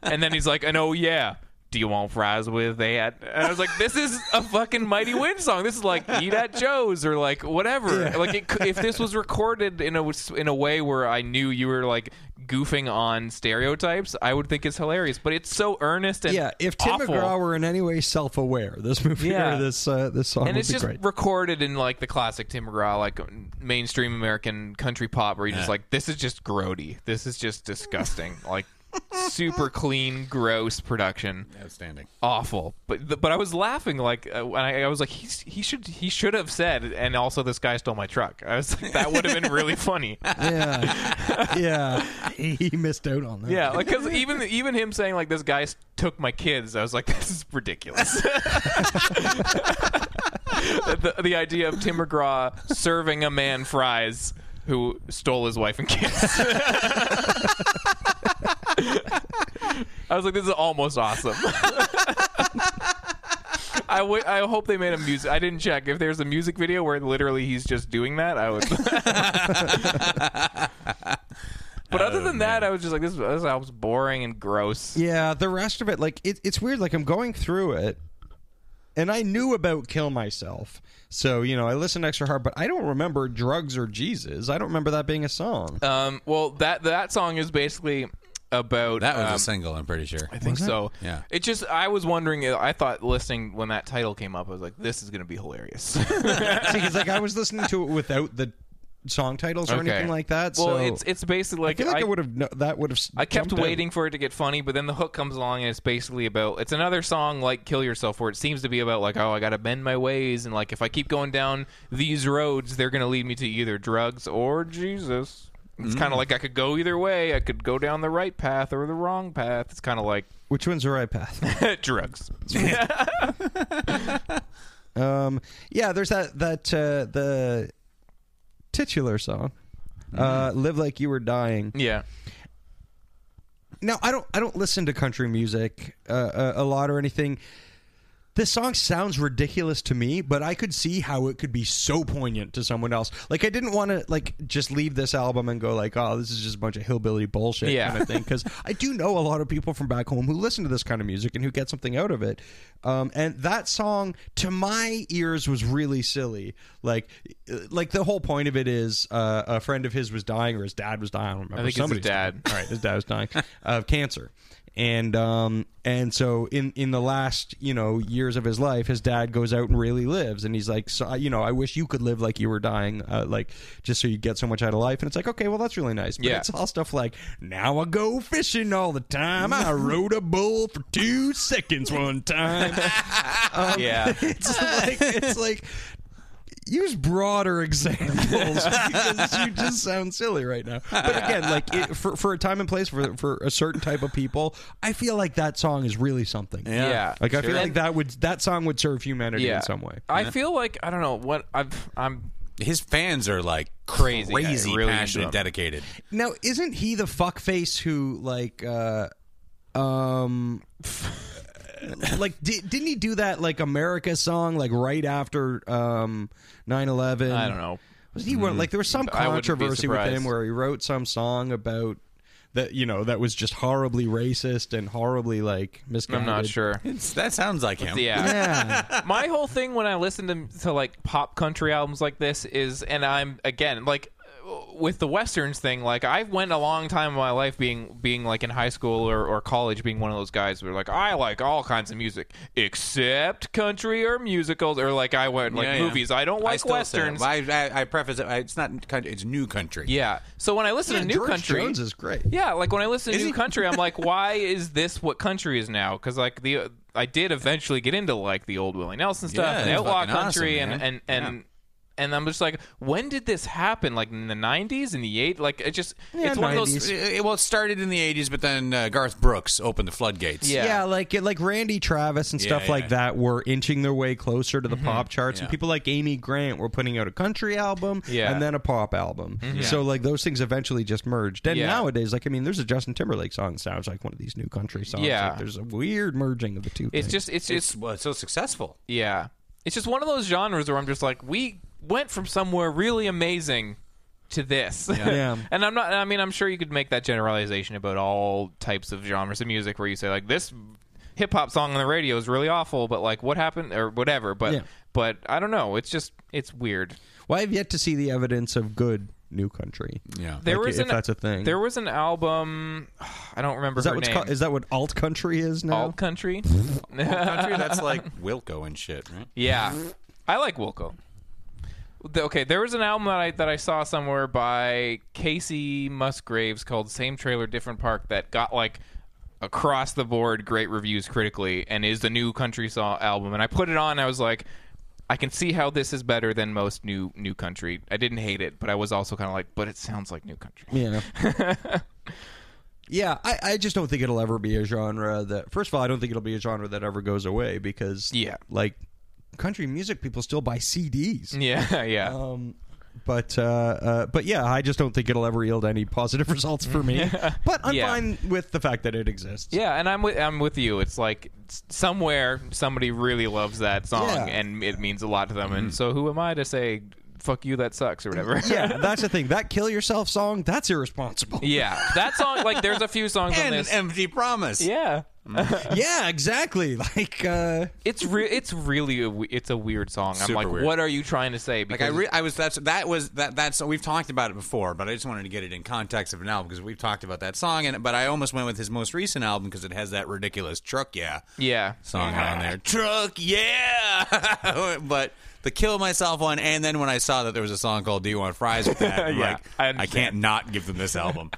and then he's like, and oh yeah, do you want fries with that? And I was like, this is a fucking Mighty Wind song. This is like Eat at Joe's or like whatever. Like it, cou- if this was recorded in a in a way where I knew you were like goofing on stereotypes, I would think it's hilarious. But it's so earnest and
yeah, if Tim
awful.
McGraw were in any way self-aware, this movie
Yeah.
or this uh, this song
and
would
it's
be
just
great.
recorded in like the classic Tim McGraw, like mainstream American country pop, where you're just like, this is just grody. This is just disgusting. like super clean, gross production.
Outstanding.
awful. But th- but I was laughing like uh, when I, I was like he's, he should he should have said and also this guy stole my truck. I was like that would have been really funny.
yeah, yeah, he missed out on that.
Yeah, like because even even him saying like this guy s- took my kids, I was like this is ridiculous. the, the idea of Tim McGraw serving a man fries who stole his wife and kids. I was like, this is almost awesome. I would- I hope they made a music. I didn't check if there's a music video where literally he's just doing that. I would. but other than that, I was just like, this, this album's boring and gross.
Yeah, the rest of it, like it, it's weird. Like I'm going through it, and I knew about "Kill Myself," so you know I listened extra hard, but I don't remember "Drugs" or "Jesus." I don't remember that being a song.
Um, well, that that song is basically about
That was
um,
a single, I'm pretty sure.
I think so.
Yeah.
It just I was wondering. I thought listening when that title came up, I was like, this is gonna be hilarious.
because like I was listening to it without the song titles or
Okay.
anything like that.
Well,
so
it's it's basically
I
like
feel like I,
I-
would have kno- that would have.
I kept waiting for it to get funny, but then the hook comes along and it's basically about it's another song like Kill Yourself where it seems to be about like, oh, I gotta bend my ways and like if I keep going down these roads, they're gonna lead me to either drugs or Jesus. It's kinda
Mm.
like I could go either way. I could go down the right path or the wrong path. It's kinda like
Which one's the right path?
drugs.
um, yeah, there's that that uh, the titular song, uh, "Live Like You Were Dying."
Yeah.
Now I don't I don't listen to country music uh, a, a lot or anything. This song sounds ridiculous to me, but I could see how it could be so poignant to someone else. Like I didn't want to like just leave this album and go like, oh, this is just a bunch of hillbilly bullshit
Yeah.
kind of thing. Because I do know a lot of people from back home who listen to this kind of music and who get something out of it. Um, and that song to my ears was really silly. Like, uh, like the whole point of it is uh, a friend of his was dying or his dad was dying. I don't remember.
I think it's his
Somebody's
dad.
Dying. All right, his dad was dying of cancer, and um, and so in in the last you know years of his life, his dad goes out and really lives, and he's like, so, I- you know, I wish you could live like you were dying, uh, like just so you get so much out of life. And it's like, okay, well that's really nice, but
Yeah.
it's all stuff like now I go fishing all the time. I rode a bull for two seconds one time.
yeah.
it's like it's like. Use broader examples because you just sound silly right now. But again, like it, for for a time and place for for a certain type of people, I feel like that song is really something.
Yeah. Yeah,
like I
sure.
feel like that would that song would serve humanity in some way.
I feel like I don't know what I've I'm
his fans are like
Crazy.
crazy,
Yeah,
crazy,
really into
passionate,
him.
dedicated.
Now, isn't he the fuckface who like uh um like di- didn't he do that like America song like right after um 9/11?
I don't know. Mm-hmm.
Was he one like there was some
I wouldn't be
controversy with
surprised.
him where he wrote some song about that you know that was just horribly racist and horribly like
I'm
misguided.
not sure.
It's, that sounds like him.
Yeah.
Yeah.
My whole thing when I listen to, to like pop country albums like this is, and I'm again like with the westerns thing. Like I've went a long time in my life being being like in high school or, or college being one of those guys where like I like all kinds of music except country or musicals or like I went like
Yeah, yeah.
movies. I don't like
still say that.
westerns.
I, I, I preface it. I, it's not country. It's new country.
Yeah. So when I listen
Yeah,
to new
George
country,
Jones is great.
Yeah, like when I listen to
Is
new
he?
country, I'm like, why is this what country is now? Because like the I did eventually get into like the old Willie Nelson stuff,
Yeah,
and
it's
outlaw
fucking awesome,
country,
man.
and and and. And I'm just like, when did this happen? Like in the '90s, in the '80s, like it just—it's one of those.
90s.
It- well, it started in the '80s, but then uh, Garth Brooks opened the floodgates.
Yeah.
Yeah. like like Randy Travis and
Yeah,
stuff like
yeah.
that were inching their way closer
Mm-hmm.
to the pop charts, and
Yeah.
people like Amy Grant were putting out a country album
Yeah. Mm-hmm.
and then a pop album. So like those things eventually just merged. And
Yeah.
nowadays, like I mean, there's a Justin Timberlake song that sounds like one of these new country songs.
Yeah.
Like, there's a weird merging of the two.
It's
things.
just—it's
It's
just
well, it's so successful.
yeah. It's just one of those genres where I'm just like, we went from somewhere really amazing to this.
Yeah.
and I'm not I mean, I'm sure you could make that generalization about all types of genres of music where you say like this hip hop song on the radio is really awful, but like what happened or whatever, but
Yeah.
but I don't know, it's just it's weird.
well, I've yet to see the evidence of good new country.
Yeah.
There
Like,
was an,
if that's a thing.
There was an album I don't remember
Is that
her
what's
name.
called, is that what alt country is now?
Alt Country?
country that's like Wilco and shit, right?
Yeah, I like Wilco. The- Okay, there was an album that I that I saw somewhere by Casey Musgraves called "Same Trailer, Different Park" that got like across the board great reviews critically and is the new country song album. And I put it on. And I was like, I can see how this is better than most new new country. I didn't hate it, but I was also kind of like, but it sounds like new country.
Yeah. yeah, I, I just don't think it'll ever be a genre that first of all, I don't think it'll be a genre that ever goes away because
Yeah.
like country music people still buy CDs.
Yeah, yeah.
But uh, uh but yeah, I just don't think it'll ever yield any positive results for me. but I'm
Yeah.
fine with the fact that it exists.
Yeah, and I'm with I'm with you. It's like s- somewhere somebody really loves that song,
Yeah.
and it means a lot to them.
Mm-hmm.
And so, who am I to say "fuck you"? That sucks or whatever.
Yeah, that's the thing. That kill yourself song, that's irresponsible.
yeah. That song, like, there's a few songs on
And
this.
empty promise.
yeah,
yeah, exactly. Like uh
it's re- it's really a we- it's a weird song. I'm
Super
like,
weird.
what are you trying to say?
Like
Because
I, re- I was that's that was that that's we've talked about it before, but I just wanted to get it in context of an album because we've talked about that song, and but I almost went with his most recent album because it has that ridiculous truck yeah
yeah,
song on there, truck yeah. but the kill myself one, and then when I saw that there was a song called Do You Want Fries with that, I'm
Yeah,
like
I
I,
understand.
can't not give them this album.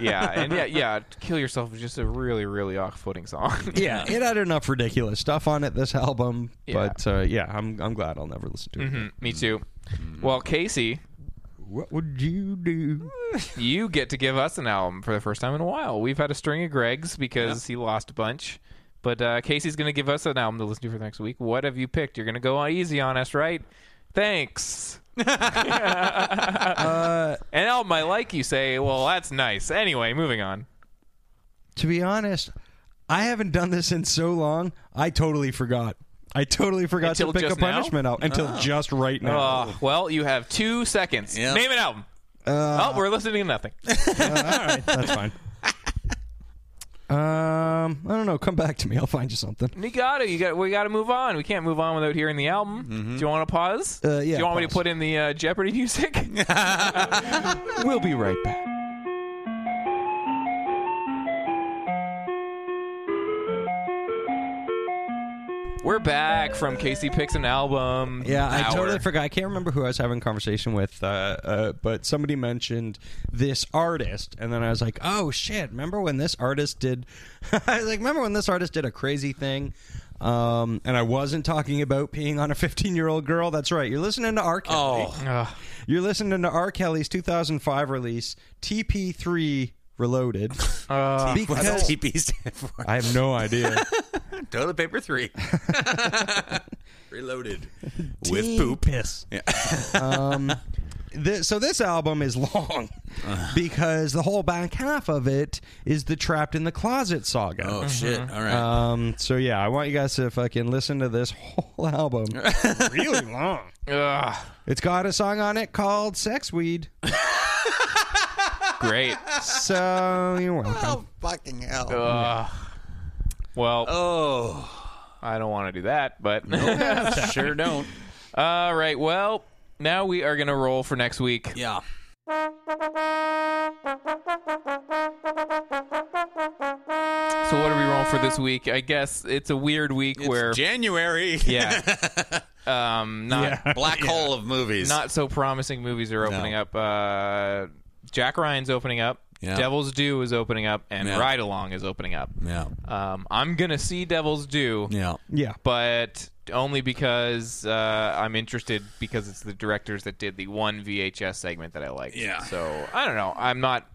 yeah, and yeah, yeah. Kill yourself is just a really really off footing song.
yeah, it had enough ridiculous stuff on it this album,
Yeah. Mm-hmm.
but uh, yeah, I'm I'm glad I'll never listen to it. again.
me too.
Mm-hmm.
Well, Casey,
What would you do?
you get to give us an album for the first time in a while. We've had a string of Greg's because he lost a bunch. But uh, Casey's going to give us an album to listen to for next week. What have you picked? You're going to go easy on us, right? Thanks. Uh, an album I like, you say. Well, that's nice. Anyway, moving on.
To be honest, I haven't done this in so long. I totally forgot. I totally forgot
Until
to pick a
just now?
punishment out Ah. until just right now.
Uh, well, you have two seconds.
Yep.
Name an album.
Uh,
oh, we're listening to nothing.
All right, that's fine. Um, I don't know. Come back to me. I'll find you something.
You got to. You got. We got to move on. We can't move on without hearing the album. Do you want to pause?
Mm-hmm. Uh, yeah,
Do you want me to
pause.
put in the uh, Jeopardy music?
We'll be right back.
We're back from Casey picks an album.
Yeah, I
hour.
totally forgot. I can't remember who I was having a conversation with, uh, uh, but somebody mentioned this artist, and then I was like, "Oh shit! Remember when this artist did?" I was like, "Remember when this artist did a crazy thing?" Um, and I wasn't talking about peeing on a 15 year old girl. That's right. You're listening to R. Kelly.
Ugh.
You're listening to R. Kelly's 2005 release, TP3 Reloaded.
Uh, What's
because
TP stand for?
I have no idea.
Toilet paper three. Reloaded with poop.
piss. um, thi- so this album is long because the whole back half of it is the trapped in the closet saga.
Oh shit!
Uh-huh.
All right.
Uh,
Um, so yeah, I want you guys to fucking listen to this whole album. really long.
Ugh,
It's got a song on it called "Sex Weed."
great.
So you're welcome.
Oh, fucking hell.
Well,
oh,
I don't want to do that, but
sure don't.
all right. Well, now we are gonna roll for next week.
Yeah.
So what are we rolling for this week? I guess it's a weird week
It's
where
January.
yeah, um, not
Black hole of movies.
not so promising movies are opening
No.
up. Uh, Jack Ryan's opening up.
Yeah.
Devil's Due is opening up, and
Yeah.
Ride Along is opening up.
Yeah.
Um, I'm gonna see Devil's Due,
Yeah.
Yeah.
but only because uh, I'm interested because it's the directors that did the one VHS segment that I liked.
Yeah.
So I don't know. I'm not.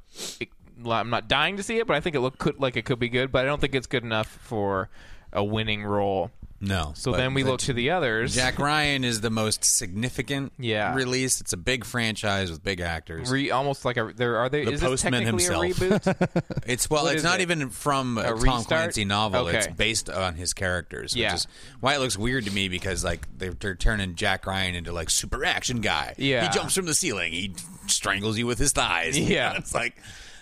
I'm not dying to see it, but I think it look could, like it could be good. But I don't think it's good enough for a winning role.
No.
So
but
then we
the-
look to the others.
Jack Ryan is the most significant
Yeah.
release. It's a big franchise with big actors.
Re, almost like a there are they
The
is this
Postman
technically a
himself.
reboot?
It's well,
What
it's
is
not
it?
even from a,
A
Tom
restart?
Clancy novel. It's
Okay.
based on his characters,
Yeah.
which is why it looks weird to me because like they're, they're turning Jack Ryan into like super action guy.
Yeah.
he jumps from the ceiling. He strangles you with his thighs.
Yeah.
it's like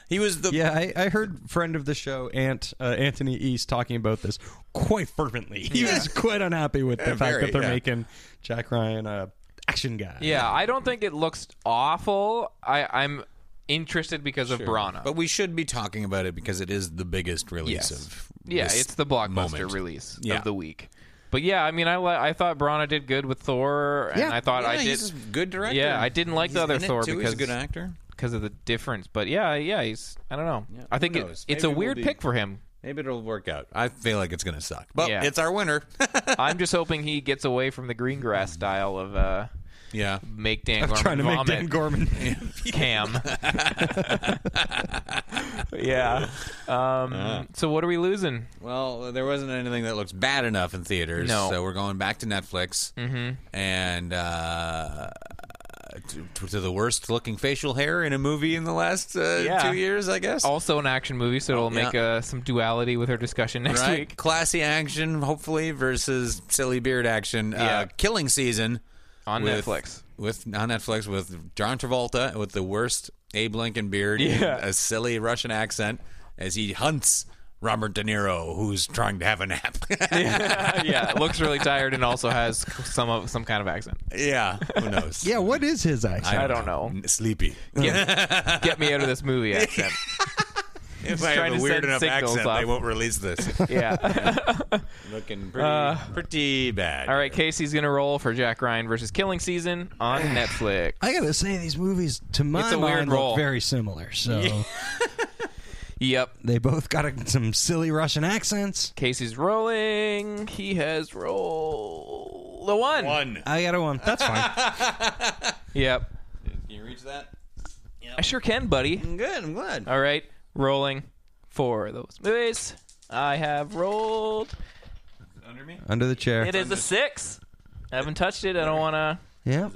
he was the
Yeah, I, I heard friend of the show, Ant uh, Anthony East, talking about this quite fervently. He was quite unhappy with the fact
very,
that they're
yeah.
making Jack Ryan a action guy.
yeah, I don't think it looks awful. I, I'm interested because of Brana.
But we should be talking about it because it is the biggest release
Yes.
of
yeah,
this
it's the blockbuster
moment.
release
Yeah.
of the week. But yeah, I mean, I li- I thought Brana did good with Thor, and
Yeah.
I thought
Yeah,
I did
he's a good director.
Yeah, I didn't like the
He's
other
in it,
Thor
too.
because
he's a good actor.
because of the difference. But yeah, yeah, he's I don't know. I think
who
it,
knows?
it's
Maybe
a
we'll
weird
be-
pick for him.
Maybe it'll work out. I feel like it's gonna suck, but
Yeah.
it's our winner.
I'm just hoping he gets away from the green
Mm.
grass style of uh,
yeah,
make Dan Gorman
trying to make
vomit
Dan Gorman.
cam. yeah. Um, So what are we losing?
Well, there wasn't anything that looks bad enough in theaters,
No.
so we're going back to Netflix Mm-hmm. and uh, to, to the worst looking facial hair in a movie in the last uh,
Yeah.
two years, I guess.
Also an action movie, so it'll make
Oh, yeah.
uh, some duality with our discussion next
right,
week.
classy action, hopefully, versus silly beard action. Uh,
Yeah.
Killing Season
On
with-
Netflix.
with on Netflix with John Travolta with the worst Abe Lincoln beard,
Yeah.
and a silly Russian accent as he hunts Robert De Niro, who's trying to have a nap.
yeah, looks really tired and also has some of some kind of accent.
yeah, who knows?
yeah, what is his accent?
I don't know.
N- Sleepy.
Get, get me out of this movie accent.
If
I have trying a to weird send enough signals accent, they off.
won't release this.
Yeah.
Looking pretty, pretty bad.
Uh, All right, Casey's gonna roll for Jack Ryan versus Killing Season on Netflix.
I gotta say, these movies to my
It's a weird
mind look
role.
very similar. So
Yep.
they both got a, some silly Russian accents.
Casey's rolling. He has rolled the one.
One.
I got a one. That's fine.
Yep.
Can you reach that?
I sure can, buddy.
I'm good. I'm glad.
All right, rolling for those movies. I have rolled.
Under me?
Under the chair.
It is a six. I haven't touched it. I don't want to.
Yeah.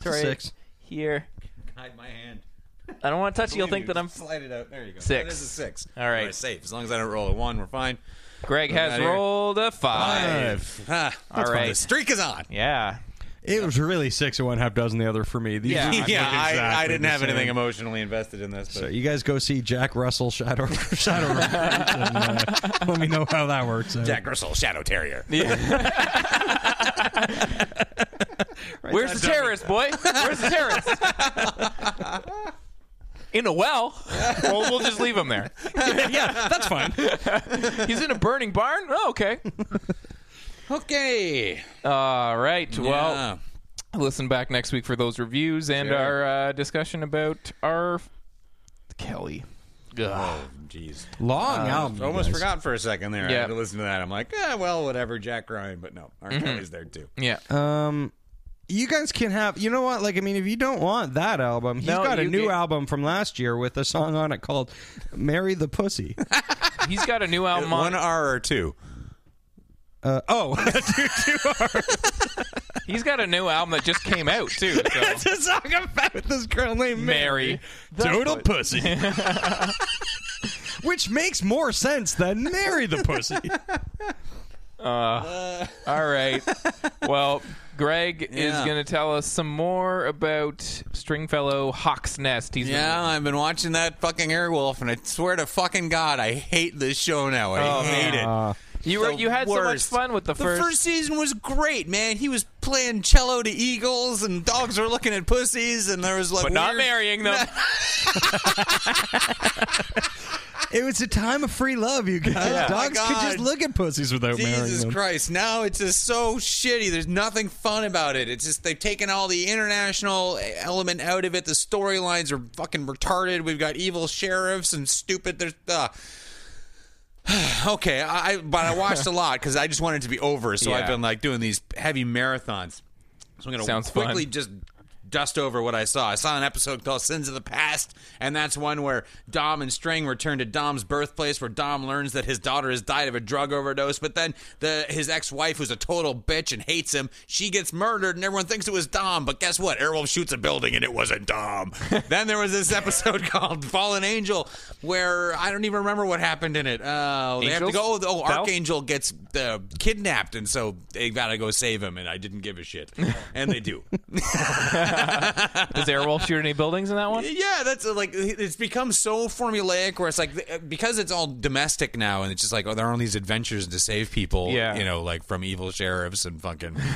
Sorry.
Six.
Here.
Hide my hand.
I don't want to touch it. You'll think that I'm.
Slide it out. There you go.
Six.
That is a six.
All right.
We're safe. As long as I don't roll a one, we're fine.
Greg has
outta here.
rolled a five.
Ah,
All right.
The streak is on.
Yeah.
It was really six of one, half dozen the other for me. These
Yeah.
are
I'm
yeah, I, I
exactly
didn't
the
have
same.
anything emotionally invested in this. But
So you guys go see Jack Russell Shadow Shadow Records and uh, let me know how that works. out.
Jack Russell, Shadow Terrier.
Where's the terrorist, boy? Where's the terrorist? In a well. well, we'll just leave him there.
yeah, that's fine.
He's in a burning barn. Oh, okay.
Okay.
All right.
Yeah.
Well, listen back next week for those reviews and
Sure.
our uh, discussion about our Kelly.
Oh, jeez.
Long
uh,
album.
I almost
guys.
forgot for a second there. I
Yeah.
had to listen to that. I'm like, ah, well, whatever, Jack Ryan. But no, R. Kelly's there too.
Yeah.
Um, you guys can have. You know what? Like, I mean, if you don't want that album, he's
No,
got a
you
new
get-
album from last year with a song on it called "Marry the Pussy."
He's got a new album on.
One R or two.
Uh, oh,
He's got a new album that just came out too. So.
to talk about this girl named
Mary.
Total pussy. Which makes more sense than marry the pussy.
All right. Well, Greg is
Yeah.
going to tell us some more about Stringfellow Hawk's Nest. He's been-
Yeah, I've been watching that fucking Airwolf, and I swear to fucking God, I hate this show now. I hate it.
you were
The
you had so much
worst.
fun with the first.
season was great, man. He was playing cello to eagles, and dogs were looking at pussies, and there was like,
but not
weird-
marrying them.
It was a time of free love, you guys.
Yeah.
Dogs
Oh my
could
God.
just look at pussies without marrying
Jesus
them.
Christ! Now it's just so shitty. There's nothing fun about it. It's just they've taken all the international element out of it. The storylines are fucking retarded. We've got evil sheriffs and stupid. There's uh, okay, I I- but I watched a lot because I just wanted to be over. So
Yeah.
I've been like doing these heavy marathons. So I'm gonna
Sounds
quickly
fun.
just dust over what I saw. I saw an episode called Sins of the Past, and that's one where Dom and String return to Dom's birthplace where Dom learns that his daughter has died of a drug overdose, but then the his ex-wife who's a total bitch and hates him, she gets murdered and everyone thinks it was Dom, but guess what? Airwolf shoots a building and it wasn't Dom. then there was this episode called Fallen Angel where I don't even remember what happened in it. Uh, they have to
Angels?
go oh,
Bell?
Archangel Angel gets uh, kidnapped, and so they gotta go save him. And I didn't give a shit, and they do.
Does Airwolf shoot any buildings in that one?
yeah, that's uh, like it's become so formulaic, where it's like th- uh, because it's all domestic now, and it's just like oh, they're on these adventures to save people.
Yeah.
you know, like from evil sheriffs and fucking.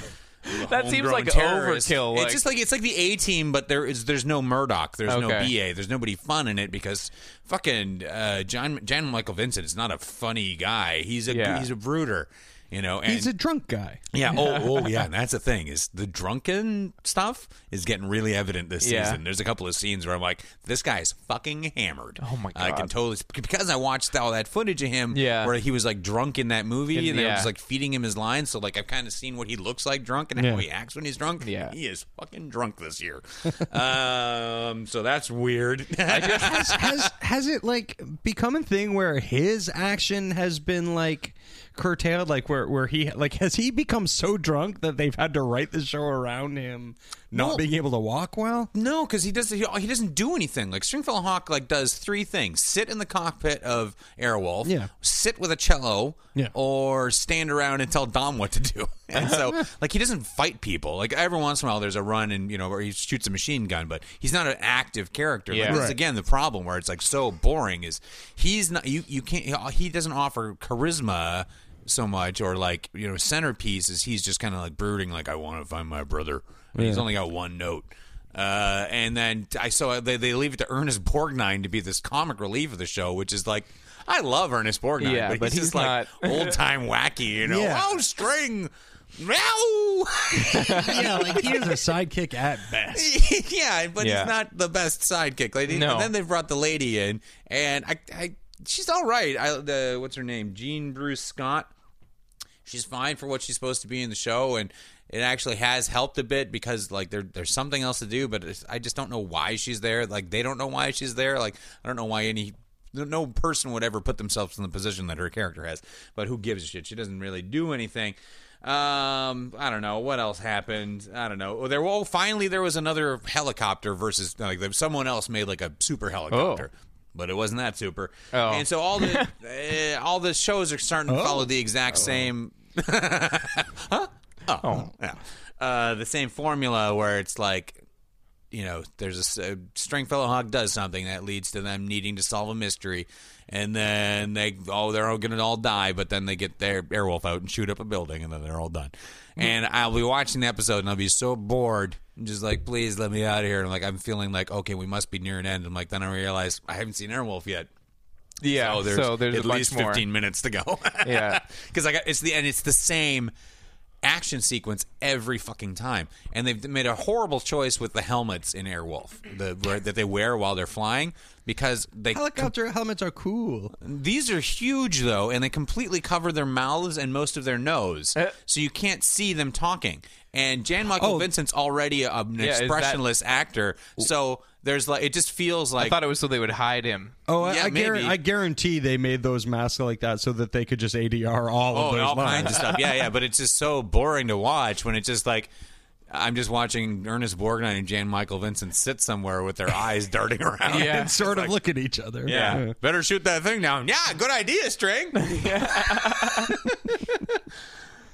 That seems
homegrown
like
terrorists.
overkill.
It's just like it's like the A team, but there is there's no Murdoch, there's no
Okay.
BA, there's nobody fun in it because fucking uh, John John Michael Vincent is not a funny guy. He's a
Yeah.
he's a brooder. You know, and
He's a drunk guy.
Yeah. Oh, oh, yeah. And that's the thing is the drunken stuff is getting really evident this
Yeah.
season. There's a couple of scenes where I'm like, this guy's fucking hammered.
Oh, my
I can
God.
totally because I watched all that footage of him.
Yeah.
Where he was like drunk in that movie,
In-
and they were
yeah.
just like feeding him his lines. So like I've kind of seen what he looks like drunk and
Yeah.
how he acts when he's drunk.
Yeah.
He is fucking drunk this year. um. So that's weird.
has, has has it like become a thing where his action has been like curtailed like where where he like has he become so drunk that they've had to write the show around him not
Well-
being able to walk well
No, because he does. He, he doesn't do anything. Like Stringfellow Hawk, like does three things: sit in the cockpit of Airwolf,
Yeah.
sit with a cello,
Yeah.
or stand around and tell Dom what to do. And so, like, he doesn't fight people. Like every once in a while, there's a run and you know, where he shoots a machine gun, but he's not an active character. Like,
Yeah.
this is
Right.
again the problem where it's like so boring is he's not you you can't he doesn't offer charisma so much or like you know centerpiece is he's just kind of like brooding like I want to find my brother and he's only got one note. Uh, and then I saw they, they leave it to Ernest Borgnine to be this comic relief of the show, which is like I love Ernest Borgnine,
Yeah,
but,
but
he's,
he's
just like
not-
old time wacky, you know?
Yeah.
Oh, string, meow.
yeah like he is a sidekick at best
yeah, but
Yeah.
he's not the best sidekick. Like,
No.
and then they brought the lady in, and I, I she's all right. I, the what's her name, Jean Bruce Scott. She's fine for what she's supposed to be in the show, and it actually has helped a bit because like there, there's something else to do. But it's, I just don't know why she's there. Like they don't know why she's there. Like I don't know why any. No person would ever put themselves in the position that her character has, but who gives a shit? She doesn't really do anything. Um, I don't know what else happened. I don't know. Oh, there. Oh, finally, there was another helicopter versus like there- someone else made like a super helicopter, but it wasn't that super.
Oh.
And so all the uh, all the shows are starting to follow the exact same. Huh? Oh. Yeah. Uh, the same formula where it's like you know, there's a s- uh, Stringfellow Hawk does something that leads to them needing to solve a mystery, and then they oh they're all gonna all die, but then they get their Airwolf out and shoot up a building, and then they're all done. And I'll be watching the episode, and I'll be so bored, and just like, please let me out of here. And like I'm feeling like okay, we must be near an end. And like then I realize I haven't seen Airwolf yet.
yeah.
Oh, there's,
so there's
at
a bunch
least
more.
15 minutes to go.
Yeah.
because I got it's the and it's the same action sequence every fucking time, and they've made a horrible choice with the helmets in Airwolf the where, that they wear while they're flying because they
helicopter helmets are cool
these are huge
Uh,
though, and they completely cover their mouths and most of their nose, so you can't see them talking. And Jan Michael
Oh.
Vincent's already a-
is
an
that-
expressionless actor, so there's like it just feels like
I thought it was so they would hide him.
Oh, I-
Yeah,
I, guar-
maybe.
I guarantee they made those masks like that so that they could just ADR all
oh,
of
and
those
all
lines.
kinds of stuff. Yeah, yeah. But it's just so boring to watch when it's just like I'm just watching Ernest Borgnine and Jan Michael Vincent sit somewhere with their eyes darting around.
Yeah.
and sort of look at each other.
Yeah. Better shoot that thing down. Yeah, good idea, String.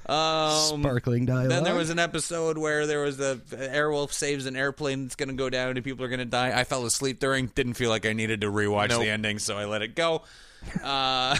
um,
Sparkling dialogue.
then there was an episode where there was the Airwolf saves an airplane that's going to go down and people are going to die. I fell asleep during. Didn't feel like I needed to rewatch
Nope.
the ending, so I let it go. Uh,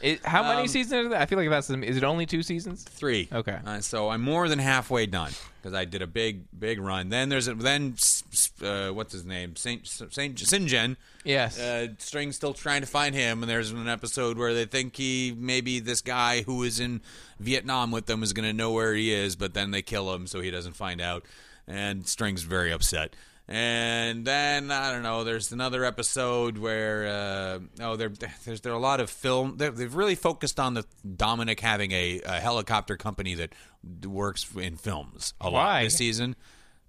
It- how
Um,
many seasons is that? I feel like that's is it only two seasons?
three.
Okay.
Uh, so I'm more than halfway done because I did a big, big run. Then there's a, then s- s- uh, what's his name Saint Saint Sinjin.
Yes.
Uh, String's still trying to find him, and there's an episode where they think he maybe this guy who is in Vietnam with them is going to know where he is, but then they kill him so he doesn't find out, and String's very upset. And then I don't know. There's another episode where uh, oh, there, there's there are a lot of film. they- They've really focused on the Dominic having a, a helicopter company that works in films a lot
Why?
this season.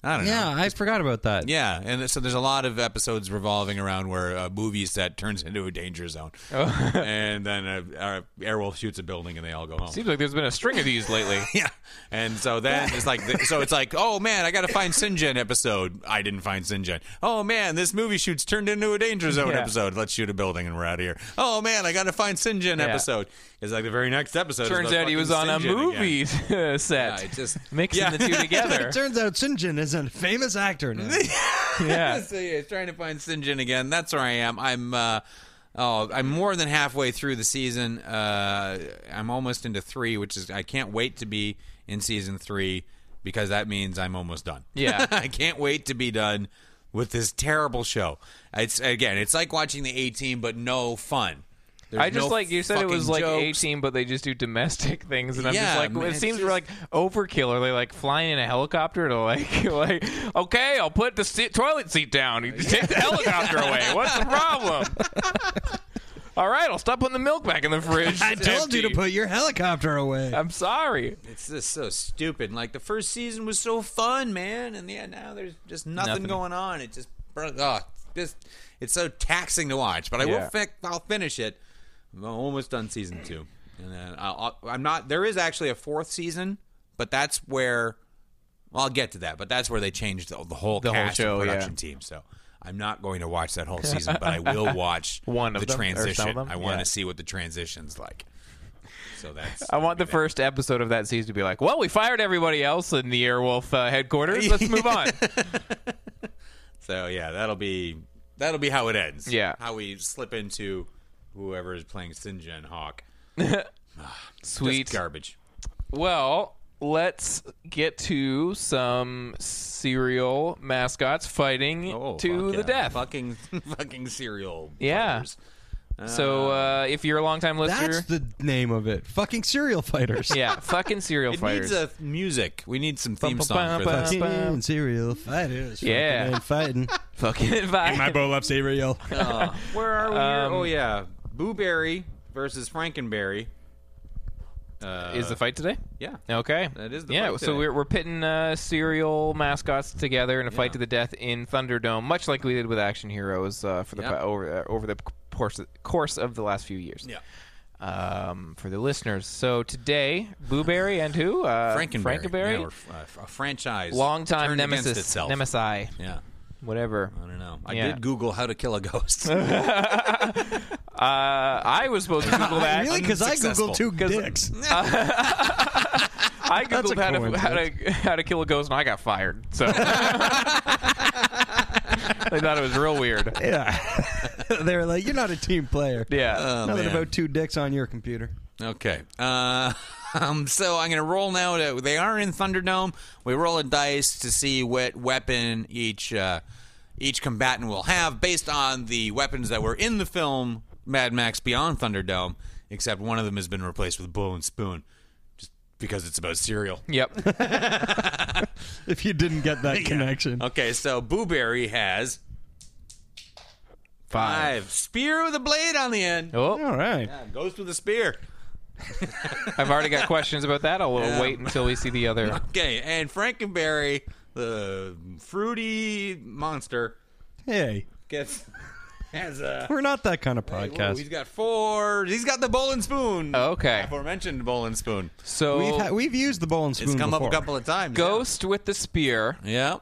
I don't know.
yeah, I forgot about that.
Yeah, and so there's a lot of episodes revolving around where a movie set turns into a danger zone,
Oh.
and then uh uh Airwolf shoots a building and they all go home.
Seems like there's been a string of these lately.
yeah, and so then it's like, so it's like, oh man, I got to find Sinjin episode. I didn't find Sinjin. Oh man, this movie shoots turned into a danger zone
Yeah.
episode. Let's shoot a building and we're out of here. Oh man, I got to find Sinjin
Yeah.
episode. It's like the very next episode. is
Turns
about
out he was on
fucking
a
Sinjin again.
movie set.
Yeah, it just-
mixing
Yeah.
the two together.
It turns out Sinjin is a famous actor now.
yeah.
so yeah, trying to find Sinjin again. That's where I am. I'm uh, oh, I'm more than halfway through the season. Uh, I'm almost into three, which is I can't wait to be in season three because that means I'm almost done.
Yeah.
I can't wait to be done with this terrible show. It's again, it's like watching the A Team, but no fun. There's
I just
no
like you said it was like
fucking jokes.
18, but they just do domestic things, and I'm
Yeah,
just like,
man,
it
it's
seems
just-
we're like overkill. Are they like flying in a helicopter to like, like, okay, I'll put the se- toilet seat down. You Take the helicopter away. What's the problem? All right, I'll stop putting the milk back in the fridge.
I
It's
told you to
empty.
put your helicopter away.
I'm sorry.
It's just so stupid. Like the first season was so fun, man, and yeah, now there's just nothing,
Nothing.
going on. It just, oh, just it's so taxing to watch. But I will,
Yeah.
fi- I'll finish it. I'm almost done season two, and then I'll, I'll, I'm not. There is actually a fourth season, but that's where well, I'll get to that. But that's where they changed the, the whole
The whole
cast and
show, yeah.
production team. So. I'm not going to watch that whole season, but I will watch
One of
the
them, or some of
transition.
them,
I want
yeah.
to see what the transition's like. So that's
I want the first episode of that season to be like, well, we fired everybody else in the Airwolf uh, headquarters. Let's move on.
So yeah, that'll be that'll be how it ends.
Yeah.
how we slip into whoever is playing Sinja and Hawk. Just
Sweet.
garbage.
Well, let's get to some serial mascots fighting to
Oh, fuck
the
yeah.
death.
Fucking fucking cereal.
Yeah.
fighters.
So uh, if you're a longtime listener,
That's the name of it. Fucking serial fighters.
yeah, fucking serial
It
fighters.
needs a th- music. We need some theme
Bum,
song
bum,
for
bum,
that.
bum.
Fucking serial fighters. fucking
Yeah.
and fighting.
fucking vibe.
My bowl of cereal.
Oh, Where are we?
Um,
here? Oh yeah, Booberry versus Frankenberry. Uh,
is the fight today?
yeah.
Okay.
That is the
yeah.
fight
so
today.
we're we're pitting uh, serial mascots together in a fight to the death in Thunderdome, much like we did with Action Heroes uh, for the
Yeah.
pa- over uh, over the course course of the last few years.
Yeah.
Um, for the listeners, so today, Booberry and who? Uh,
Frankenberry.
Frankenberry.
Yeah, or, f- uh, a franchise.
Long time
turned against
nemesis,
Itself.
nemesi,
Yeah.
whatever.
I don't know. I
Yeah.
did Google how to kill a ghost.
Uh, I was supposed to Google that.
really? Because I
Unsuccessful.
googled two dicks.
I
That's a
googled how to, how to how to kill a ghost, and I got fired. So they thought it was real weird.
yeah. they were like, "You're not a team player.
Yeah.
Nothing
Oh, man.
about two dicks on your computer."
Okay. Uh, um, so I'm going to roll now. To, they are in Thunderdome. We roll a dice to see what weapon each uh, each combatant will have based on the weapons that were in the film Mad Max Beyond Thunderdome, except one of them has been replaced with bow and spoon just because it's about cereal.
yep.
If you didn't get that connection,
Okay, so Booberry has five. Spear with a blade on the end.
Oh,
all right.
Goes with a spear.
I've already got questions about that. I'll uh, wait until we see the other.
Okay, and Frankenberry, the fruity monster,
Hey,
gets has a.
we're not that kind of
Whoa,
podcast.
he's got four. He's got the bowl and spoon.
Oh, Okay.
Aforementioned bowl and spoon.
So
we've ha- we've used the bowl and spoon.
It's come
before.
up a couple of times.
Ghost with the spear.
Yeah.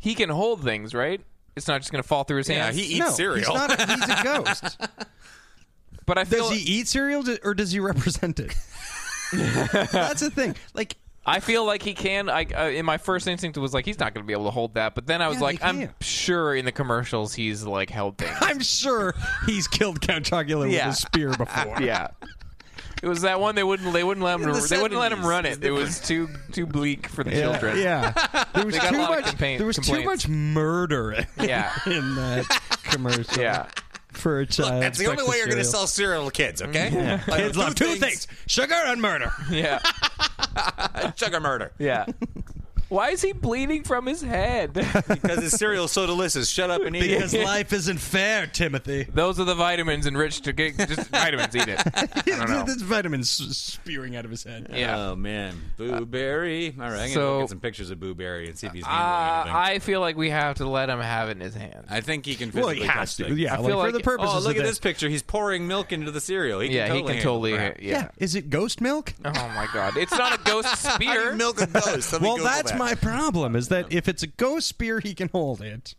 He can hold things, right? It's not just going to fall through his
Yeah,
hands.
he eats
No,
cereal.
He's, not a, he's a ghost.
but I feel
Does he eat cereal d- or does he represent it? That's the thing. Like,
I feel like he can. I uh, in my first instinct was like he's not going to be able to hold that, but then I was
Yeah,
like,
he
I'm
can.
sure in the commercials he's like held things.
I'm sure he's killed Count Chocula
Yeah.
with a spear before.
yeah. It was that one they wouldn't they wouldn't let him
the
they wouldn't let him
70s,
run
it's
it. It was too too bleak for the children.
Yeah, there was
They got a
too
lot of
much.
complain-
there was too
complaints.
much murder in,
Yeah.
in that commercial.
Yeah.
for a child.
That's the only way you're going to
cereal.
sell cereal to kids, okay? Like,
Kids love two things: sugar and murder.
Yeah.
sugar murder.
Yeah. Why is he bleeding from his head?
Because this cereal's so delicious. Shut up and eat
Because
it.
life isn't fair, Timothy.
Those are the vitamins enriched to get just vitamins. Eat it. I don't know.
There's vitamins spewing out of his head.
Yeah.
Oh, man. Boo Berry. All right, I'm going to
so-
look at some pictures of Boo Berry and see if he's
Uh,
handling anything.
I feel like we have to let him have it in his hand.
I think he can
Well,
physically
he has
touch
to.
things.
Yeah,
I
like,
feel
for
like-
the purposes
Oh, look
of
at this picture. He's pouring milk into the cereal. He
yeah,
can
he can
handle
totally.
crap.
Yeah.
Is it ghost milk?
Oh my god! It's not a ghost
How do
spear.
you milk a ghost? Let me
well,
Google
that's
that.
my problem. Is that if it's a ghost spear, he can hold it.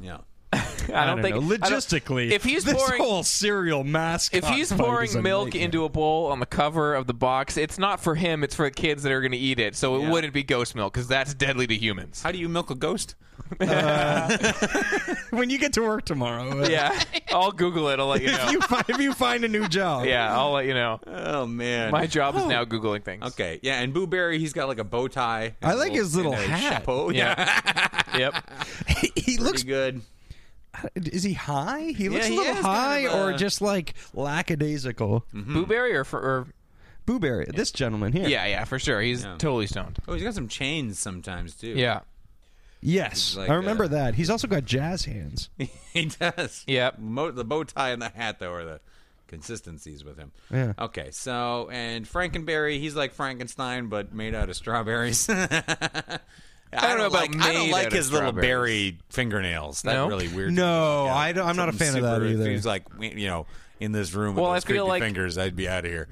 Yeah.
I don't,
know.
think I don't-
logistically.
if he's
this
pouring
whole cereal mask,
if he's pouring milk into a bowl on the cover of the box, it's not for him. It's for the kids that are going to eat it. So it
Yeah.
wouldn't be ghost milk because that's deadly to humans.
How do you milk a ghost?
when you get to work tomorrow, uh,
Yeah, I'll Google it. I'll let you know.
If you, find, if you find a new job,
yeah, I'll let you know.
Oh, man.
My job is now googling things.
Okay, yeah, and Boo Berry, he's got like a bow tie.
I like his little
and a
hat.
chapeau. Yeah,
Yeah. yep.
he, he looks.
pretty good.
Is he high? He looks
he
a little
is kind
high,
of
or
uh,
a-
just like lackadaisical.
Blueberry or, for, or
Booberry, this gentleman here.
Mm. yeah, yeah, for sure. He's totally stoned.
Oh, he's got some chains sometimes too.
Yeah.
Yes,
like,
I remember
uh,
that. He's also got jazz hands.
he does.
Yep.
Mo- the bow tie and the hat though are the consistencies with him.
Yeah.
Okay, so and Frankenberry, he's like Frankenstein but made out of strawberries. I
don't know about
like, I don't
made
like
out of
his little
strawberries.
berry fingernails. That
No?
really weird.
No, I don't- I'm not a
Something
fan of that
super- if
either.
He's like you know in this room with
Well, I
those
feel
creepy
like-
fingers, I'd be out of here.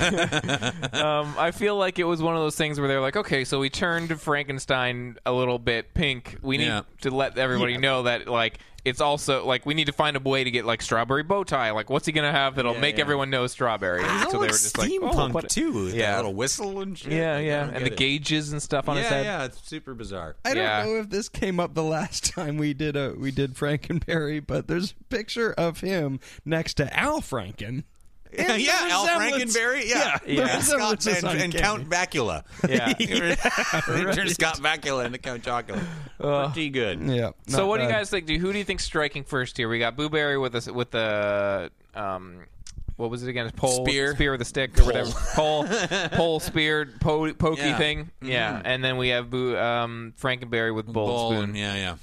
Um, I feel like it was one of those things where they're like, okay, so we turned Frankenstein a little bit pink. We need
Yeah.
to let everybody know that like it's also like we need to find a way to get like strawberry bow tie. Like, what's he gonna have that'll make
yeah.
everyone know strawberry?
He's all
so they were
like
just like, oh,
steampunk
what-
too. with that
Yeah.
little whistle and shit.
Yeah,
Like, I
yeah,
don't
and the
get it.
gauges and stuff on
yeah,
his head.
Yeah, it's super bizarre.
I don't
Yeah.
know if this came up the last time we did a we did Frankenberry, but there's a picture of him next to Al Franken.
Yeah,
And the
Al
resemblance-
Frankenberry. Yeah,
yeah, the
Scott
resemblance is
and, and
uncanny.
Count Bakula.
Yeah.
Yeah, turn Scott Bakula into Count Chocula. Pretty good.
Yeah.
So
not
what do
bad.
you guys think? Do who do you think's striking first here? We got Blueberry with us with the um, what was it again? His Pole
Spear.
spear with a stick or whatever. Pole, pole, spear, po- pokey
Yeah. Mm-hmm.
thing. Yeah, and then we have Boo, um, Frankenberry with bowl,
Bowl
and
and-
spoon.
yeah, yeah.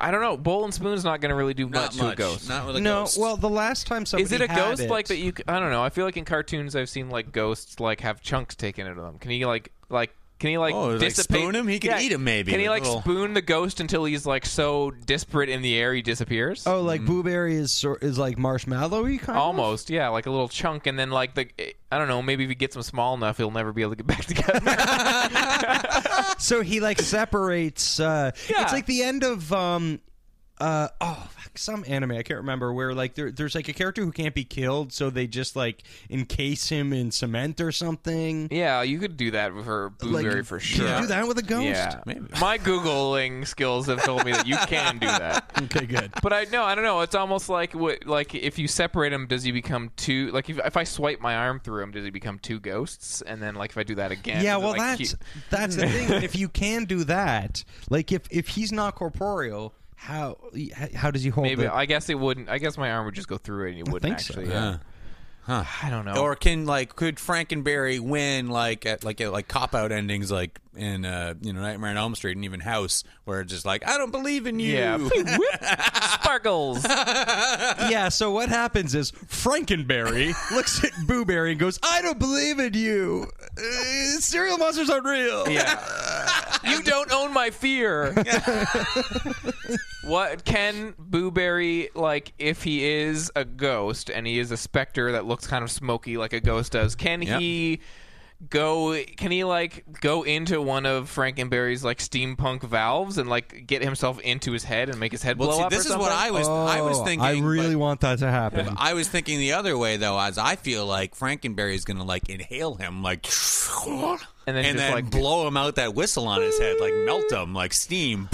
I don't know. Bowl and spoon's not going to really do much,
Not much.
to a ghost.
Not with a
No,
ghost.
well, the last time somebody
Is it a
had
ghost
it-
like that? You c- I don't know. I feel like in cartoons I've seen like ghosts like have chunks taken out of them. Can he like like can he like
Oh, like
dissipate
spoon him? He could eat him maybe
Can he
with
like
little-
spoon the ghost until he's like so disparate in the air he disappears?
Oh, like blueberry is sor- is like marshmallowy kind. of?
Almost, yeah, like a little chunk, and then like the I don't know, maybe if he gets them small enough, he'll never be able to get back together.
So he like separates. Uh,
Yeah.
It's like the end of um, uh, oh, fuck, some anime I can't remember where like there, there's like a character who can't be killed, so they just like encase him in cement or something.
yeah, you could do that for
Like,
Blueberry for sure.
Can you do that with a ghost?
Yeah, my googling skills have told me that you can do that.
Okay, good.
But I no, I don't know. It's almost like what like if you separate him, does he become two? Like if, if I swipe my arm through him, does he become two ghosts? And then like if I do that again,
yeah,
does it,
well,
like,
that's
keep-
that's the thing. If you can do that, like if if he's not corporeal, how how does he hold?
maybe
the-
I guess it wouldn't. I guess my arm would just go through it, and it wouldn't
think so,
actually. yeah.
Huh.
I don't know.
Or can like could Frankenberry win like at like at, like cop out endings like in uh you know Nightmare on Elm Street and even House where it's just like I don't believe in you.
yeah. Whoop. Sparkles.
yeah, so what happens is Frankenberry looks at Booberry and goes, I don't believe in you. Uh, serial monsters aren't real.
Yeah. you don't own my fear. what can Booberry like if he is a ghost and he is a specter that looks kind of smoky like a ghost does? Can
Yep.
he go can he like go into one of Frankenberry's like steampunk valves and like get himself into his head and make his head
Well,
blow
see,
up?
this
or
is what
something?
I was I was
Oh,
thinking.
I really
but-
want that to happen.
I was thinking the other way though, as I feel like Frankenberry is gonna like inhale him, like, and
And then just, like-
blow him out that whistle on his head, like melt him, like steam.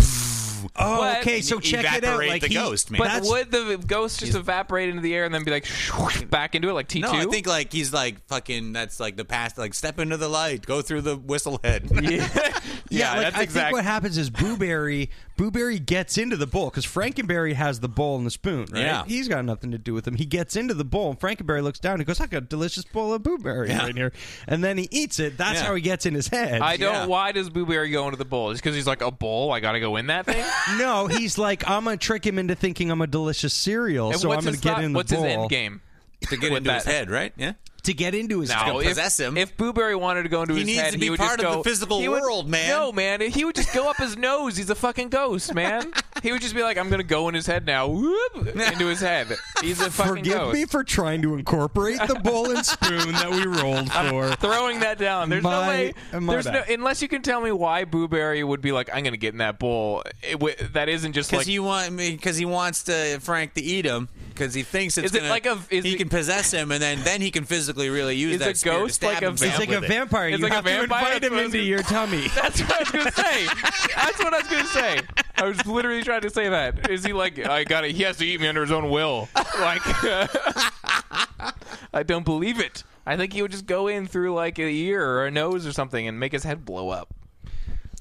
Oh,
What?
okay. So check it out.
Evaporate
Like
the
he-
ghost, man.
But
that's-
would the ghost just evaporate into the air and then be like shwoosh, back into it like T2?
No, I think like he's like fucking. That's like the past. Like step into the light, go through the whistle head.
yeah,
yeah, like,
that's
I think
exactly
what happens is Booberry Booberry gets into the bowl because Frankenberry has the bowl and the spoon, right?
Yeah.
He's got nothing to do with him. He gets into the bowl and Frankenberry looks down and goes, I got a delicious bowl of Booberry
Yeah.
right here. And then he eats it. That's
Yeah.
how he gets in his head.
I don't.
Yeah.
Why does Booberry go into the bowl? Just because he's like a bowl? I gotta go in that thing.
no, he's like, I'm gonna trick him into thinking I'm a delicious cereal,
And
so I'm
what's
gonna
his
get
thought-
in the
What's
bowl
his end game?
to get
With
into his
that.
head, right? Yeah.
to get into his.
gonna
No,
possess
if,
him.
If Booberry wanted to go into
He
his
needs
head,
to be
he would
part
just
of the
go-
physical
he would-
world, man.
No, man, he would just go up his nose. He's a fucking ghost, man. he would just be like, "I'm gonna go in his head now, whoop, into his head." He's a fucking
Forgive
ghost.
me for trying to incorporate the bowl and spoon that we rolled for.
Throwing that down. There's
My-
no way.
my
There's no
bad.
unless you can tell me why Booberry would be like, "I'm gonna get in that bowl." It w- that isn't just
Because
like
he want because he wants to Frank to eat him because he thinks it's
Is it
gonna,
like a- is
he
it-
can possess him and then then he can physically really use
Is
that
a
spear to
ghost
stab
like a-
himself
He's like a
with it.
vampire.
It's
you
like a
have
vampire,
to invite
that's
him
what I
into
was-
your tummy.
That's what I was gonna say. That's what I was gonna say. I was literally trying to say that. Is he like I got to He has to eat me under his own will. Like I don't believe it. I think he would just go in through like a ear or a nose or something and make his head blow up.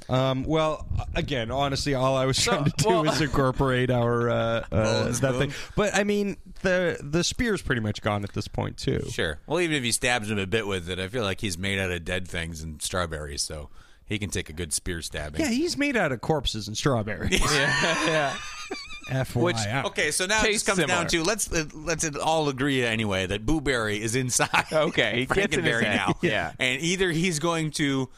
Um, well, again, honestly, all I was trying to do
well-
is incorporate our uh, uh,
and
that
spoon.
thing. But I mean, the the spear's pretty much gone at this point too.
Sure. Well, even if he stabs him a bit with it, I feel like he's made out of dead things and strawberries, so he can take a good spear stabbing.
Yeah, he's made out of corpses and strawberries.
Yeah, yeah.
FYI.
Okay, so now it
Tastes
just comes down to
similar.
let's uh, let's all agree anyway that Booberry is inside.
Okay, he gets in his
Frankenberry
head.
now.
Yeah.
and either he's going to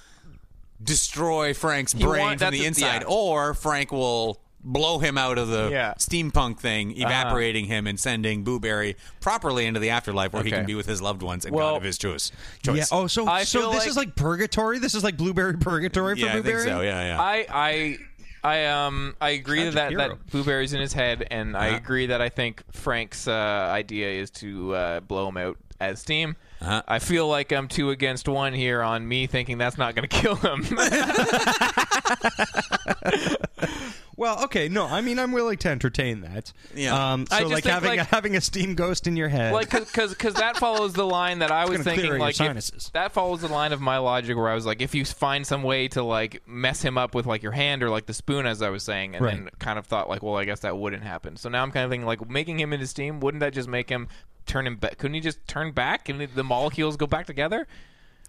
destroy Frank's
He
brain
want-
from
that's
the
a-
inside,
yeah.
or Frank will blow him out of the
Yeah. Uh-huh.
steampunk thing, evaporating him and sending Booberry properly into the afterlife where he
Okay.
can be with his loved ones and
Well-
God of his choice.
Yeah.
choice.
Oh, so
I
so
feel
this
like-
is like purgatory. This is like blueberry purgatory for
yeah, I think
blueberry.
so. Yeah, yeah.
I I I um I agree
Tragic
that
hero.
that Blueberry's in his head, and I agree that I think Frank's uh, idea is to uh, blow him out as steam.
Uh-huh.
I feel like I'm two against one here on me thinking that's not going to kill him.
Well, okay, no, I mean I'm willing to entertain that.
Yeah.
Um, so
I just
like
think,
having
like-
a, having a steam ghost in your head.
like because because that follows the line that I was
gonna clear
thinking
your
like if-
sinuses.
that follows the line of my logic where I was like if you find some way to like mess him up with like your hand or like the spoon as I was saying and then
Right.
kind of thought like well I guess that wouldn't happen so now I'm kind of thinking like making him into steam wouldn't that just make him turn him back couldn't he just turn back and the molecules go back together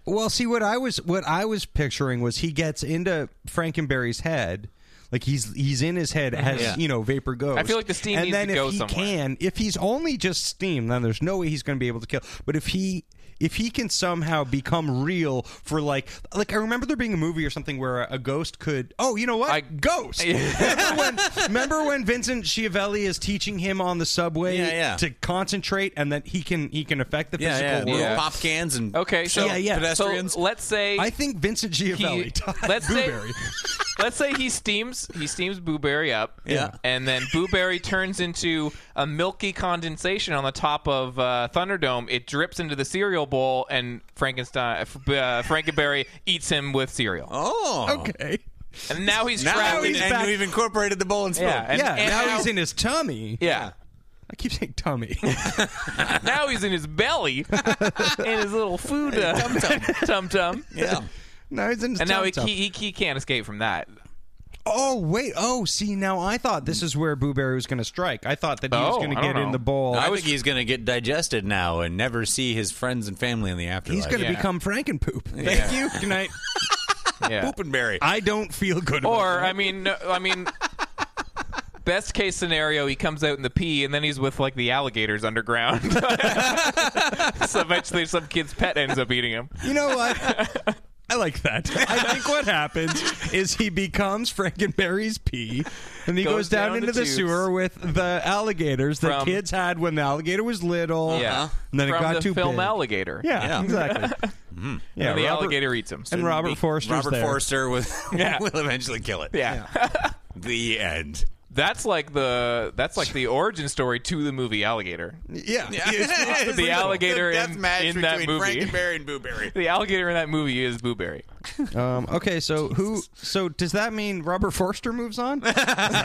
Well, see what I was what I was picturing was he gets into Frankenberry's head, like he's he's in his head as
Yeah.
you know vapor goes.
I feel like the steam
and
needs
then
to
if
go
he
somewhere.
can, if he's only just steam, then there's no way he's going to be able to kill. But if he if he can somehow become real for like like I remember there being a movie or something where a, a ghost could oh you know what
I-
ghost remember when remember when Vincent Schiavelli is teaching him on the subway
Yeah, yeah.
to concentrate and that he can he can affect the
yeah,
physical
yeah.
world
yeah. Pop cans and
okay so
Yeah, yeah.
pedestrians.
so let's say
I think Vincent Giavelli
he-
died.
let's say-
Blueberry.
Let's say he steams he steams Booberry up,
Yeah.
and then Booberry turns into a milky condensation on the top of uh, Thunderdome. It drips into the cereal bowl, and Frankenstein uh, Frankenberry eats him with cereal,
oh,
okay.
and now he's
Now
trapped.
we-
he's
and
back.
we've incorporated the bowl and spoon.
Yeah, and-
yeah,
and
now,
now-
he's in his tummy.
yeah,
I keep saying tummy.
now he's in his belly, in his little food tum tum tum tum,
yeah.
now he's in his
and now he,
tum-tum.
he he can't escape from that.
Oh wait! Oh, see now I thought this is where Boo Berry was going to strike. I thought that he was
Oh,
going
I
to
don't
get in
know.
the bowl.
I, think he's going to get digested now and never see his friends and family in the afterlife.
He's going to
Yeah.
become Frankenpoop. Thank you. Good night.
Yeah.
Poopenberry.
I don't feel good. about
Or I mean, no, I mean, best case scenario, he comes out in the pee, and then he's with like the alligators underground. so eventually, some kid's pet ends up eating him.
You know what? I like that. I think what happens is he becomes Frankenberry's pee, and he goes,
Goes
down,
down
into
the
the
tubes.
sewer with the alligators that
From-
kids had when the alligator was little.
Yeah.
Uh-huh. and then
From
it got
the
too
film
big.
alligator.
Yeah,
Yeah.
exactly. Yeah,
And the
Robert-
alligator eats him.
and Robert Forster's
Robert
there.
Forster with,
Yeah.
will eventually kill it.
yeah.
The end.
That's like the that's like the origin story to the movie Alligator.
Yeah,
It's
the
real.
alligator
The death
in-
match
in that
between
movie.
Frankenberry and Booberry.
The alligator in that movie is Boo Berry.
Um, okay, so who? So does that mean Robert Forster moves on?
All right.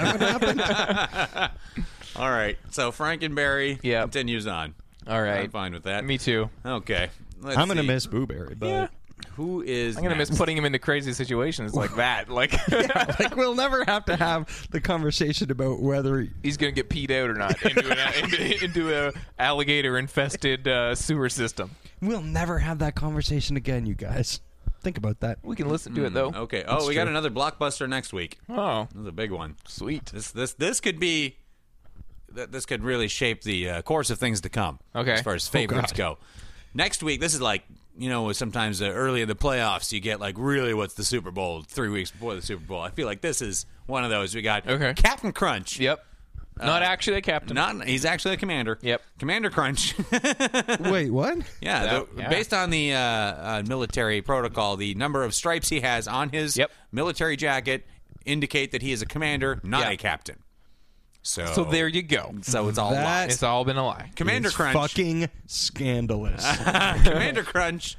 So Frankenberry
Yep.
continues on.
All right.
I'm fine with that.
Me too.
Okay. Let's
I'm gonna
see.
miss Booberry, but
Who is
I'm gonna miss
next?
putting him into crazy situations like that. Like
like we'll never have to have the conversation about whether
he's gonna get peed out or not into an, into, into a alligator infested uh, sewer system.
we'll never have that conversation again. You guys, think about that.
We can listen to it though.
Okay. Oh, we got another blockbuster next week.
Oh,
This is a big one.
sweet.
This this this could be th- this could really shape the uh, course of things to come.
Okay. Oh,
As far as favorites go. Next week, this is like you know sometimes uh, early in the playoffs you get like really what's the Super Bowl three weeks before the Super Bowl. I feel like this is one of those. We got
Okay.
Captain Crunch.
Yep. Not actually a captain.
Not he's actually a commander.
Yep.
Commander Crunch.
Wait, what?
Yeah,
That-
the-
yeah.
based on the uh, uh, military protocol, the number of stripes he has on his
Yep.
military jacket indicate that he is a commander, not
Yeah.
a captain. So,
so there you go.
so it's all
That-
lies.
It's all been a lie.
Commander
It's
Crunch.
fucking scandalous.
Commander Crunch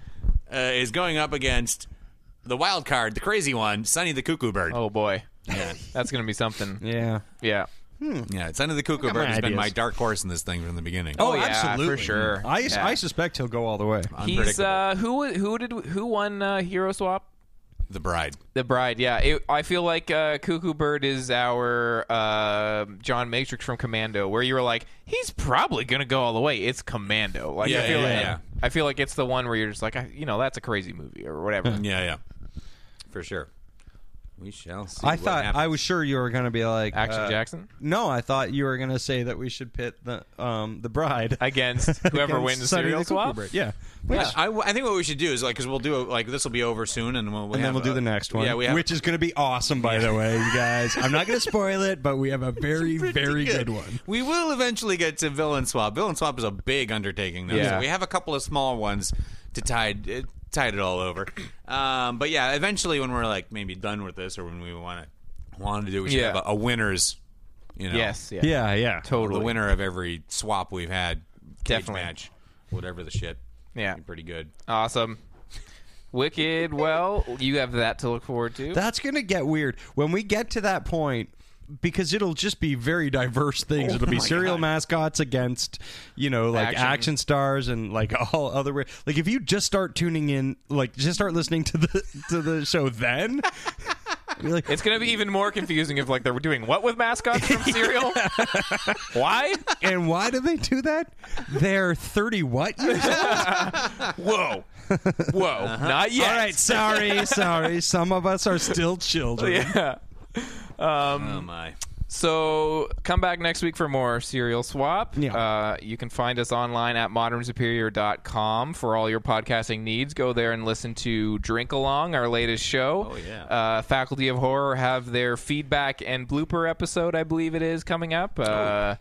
uh, is going up against the wild card, the crazy one, Sonny the Cuckoo Bird.
Oh boy. That's gonna be something.
yeah.
Yeah.
Yeah, Sonny the Cuckoo
got my
Bird has been
ideas.
my dark horse in this thing from the beginning.
Oh, yeah, for sure.
I,
Yeah.
I suspect he'll go all the way.
He's
Unpredictable.
uh, who who did who won uh, Hero Swap?
the bride.
The Bride, yeah. It, I feel like uh, Cuckoo Bird is our uh, John Matrix from Commando, where you were like, he's probably gonna go all the way. It's Commando. Like,
Yeah,
I feel
yeah,
like,
yeah.
I feel like it's the one where you're just like, I, you know, that's a crazy movie or whatever.
Mm, Yeah, yeah, for sure. We shall see.
I
what
thought
happens.
I was sure you were going to be like
Action
uh,
Jackson
No, I thought you were going to say that we should pit the um the bride
against whoever
against
wins the
Sonny
serial
Cuckoo
swap.
Bird. Yeah.
Yeah, I, I think what we should do is like because we'll do like this will be over soon and we'll
and
we
then
have
we'll do
a-
the next one,
Yeah, we have
which is going to be awesome, by the way, you guys. I'm not going to spoil it, but we have a very, very good. one.
We will eventually get to villain swap. Villain swap is a big undertaking, though.
Yeah.
So we have a couple of small ones to tide uh, tide it all over. Um, but yeah, eventually when we're like maybe done with this or when we want to want to do, we should
Yeah.
have a, a winners. You know,
Yes, yeah,
Yeah, yeah.
totally.
the winner of every swap we've had, cage
Definitely.
match, whatever the shit.
Yeah.
Be pretty good.
Awesome. Wicked. Well, you have that to look forward to.
That's going to get weird when we get to that point because it'll just be very diverse things. it'll be serial mascots against, you know, like
Action.
action. stars and like all other wi- like if you just start tuning in, like just start listening to the to the show then you're like
It's gonna be even more confusing if like they're doing what with mascots from cereal? Why?
and why do they do that? They're 30 what years old?
Whoa. Whoa. Not yet.
All right, sorry, sorry. Some of us are still children.
Yeah.
oh my.
So come back next week for more Serial Swap.
Yeah.
Uh, you can find us online at modernsuperior.com for all your podcasting needs. Go there and listen to Drink Along, our latest show. Oh,
yeah.
Uh, Faculty of Horror have their feedback and blooper episode, I believe it is, coming up. Uh,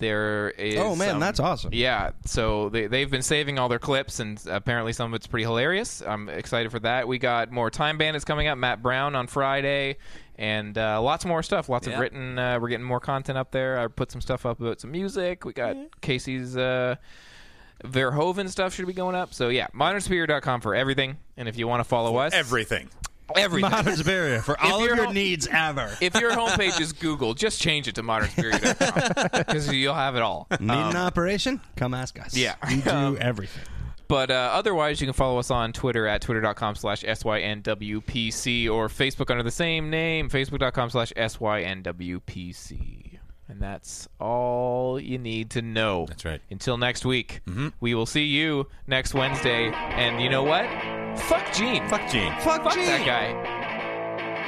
There is.
Oh, man,
some-
that's awesome.
Yeah, so they, they've been saving all their clips, and apparently some of it's pretty hilarious. I'm excited for that. We got more Time Bandits coming up, Matt Brown on Friday, and uh, lots more stuff. Lots of
Yeah.
written. Uh, we're getting more content up there. I put some stuff up about some music. We got Casey's uh, Verhoeven stuff should be going up. So yeah, modernspear.com for everything. And if you want to follow us,
Everything.
everything.
Modern Siberia for all
you're
of your
home-
needs ever.
if your homepage is Google, just change it to modernspear.com because you'll have it all.
Need an operation? Come ask us.
Um, yeah. Um,
We do everything.
But uh, otherwise, you can follow us on Twitter at twitter.com slash SYNWPC or Facebook under the same name, facebook.com slash SYNWPC. And that's all you need to know.
That's right. Mm-hmm.
Until next week, we will see you next Wednesday. And you know what? Fuck Gene.
Fuck Gene.
Fuck, that guy.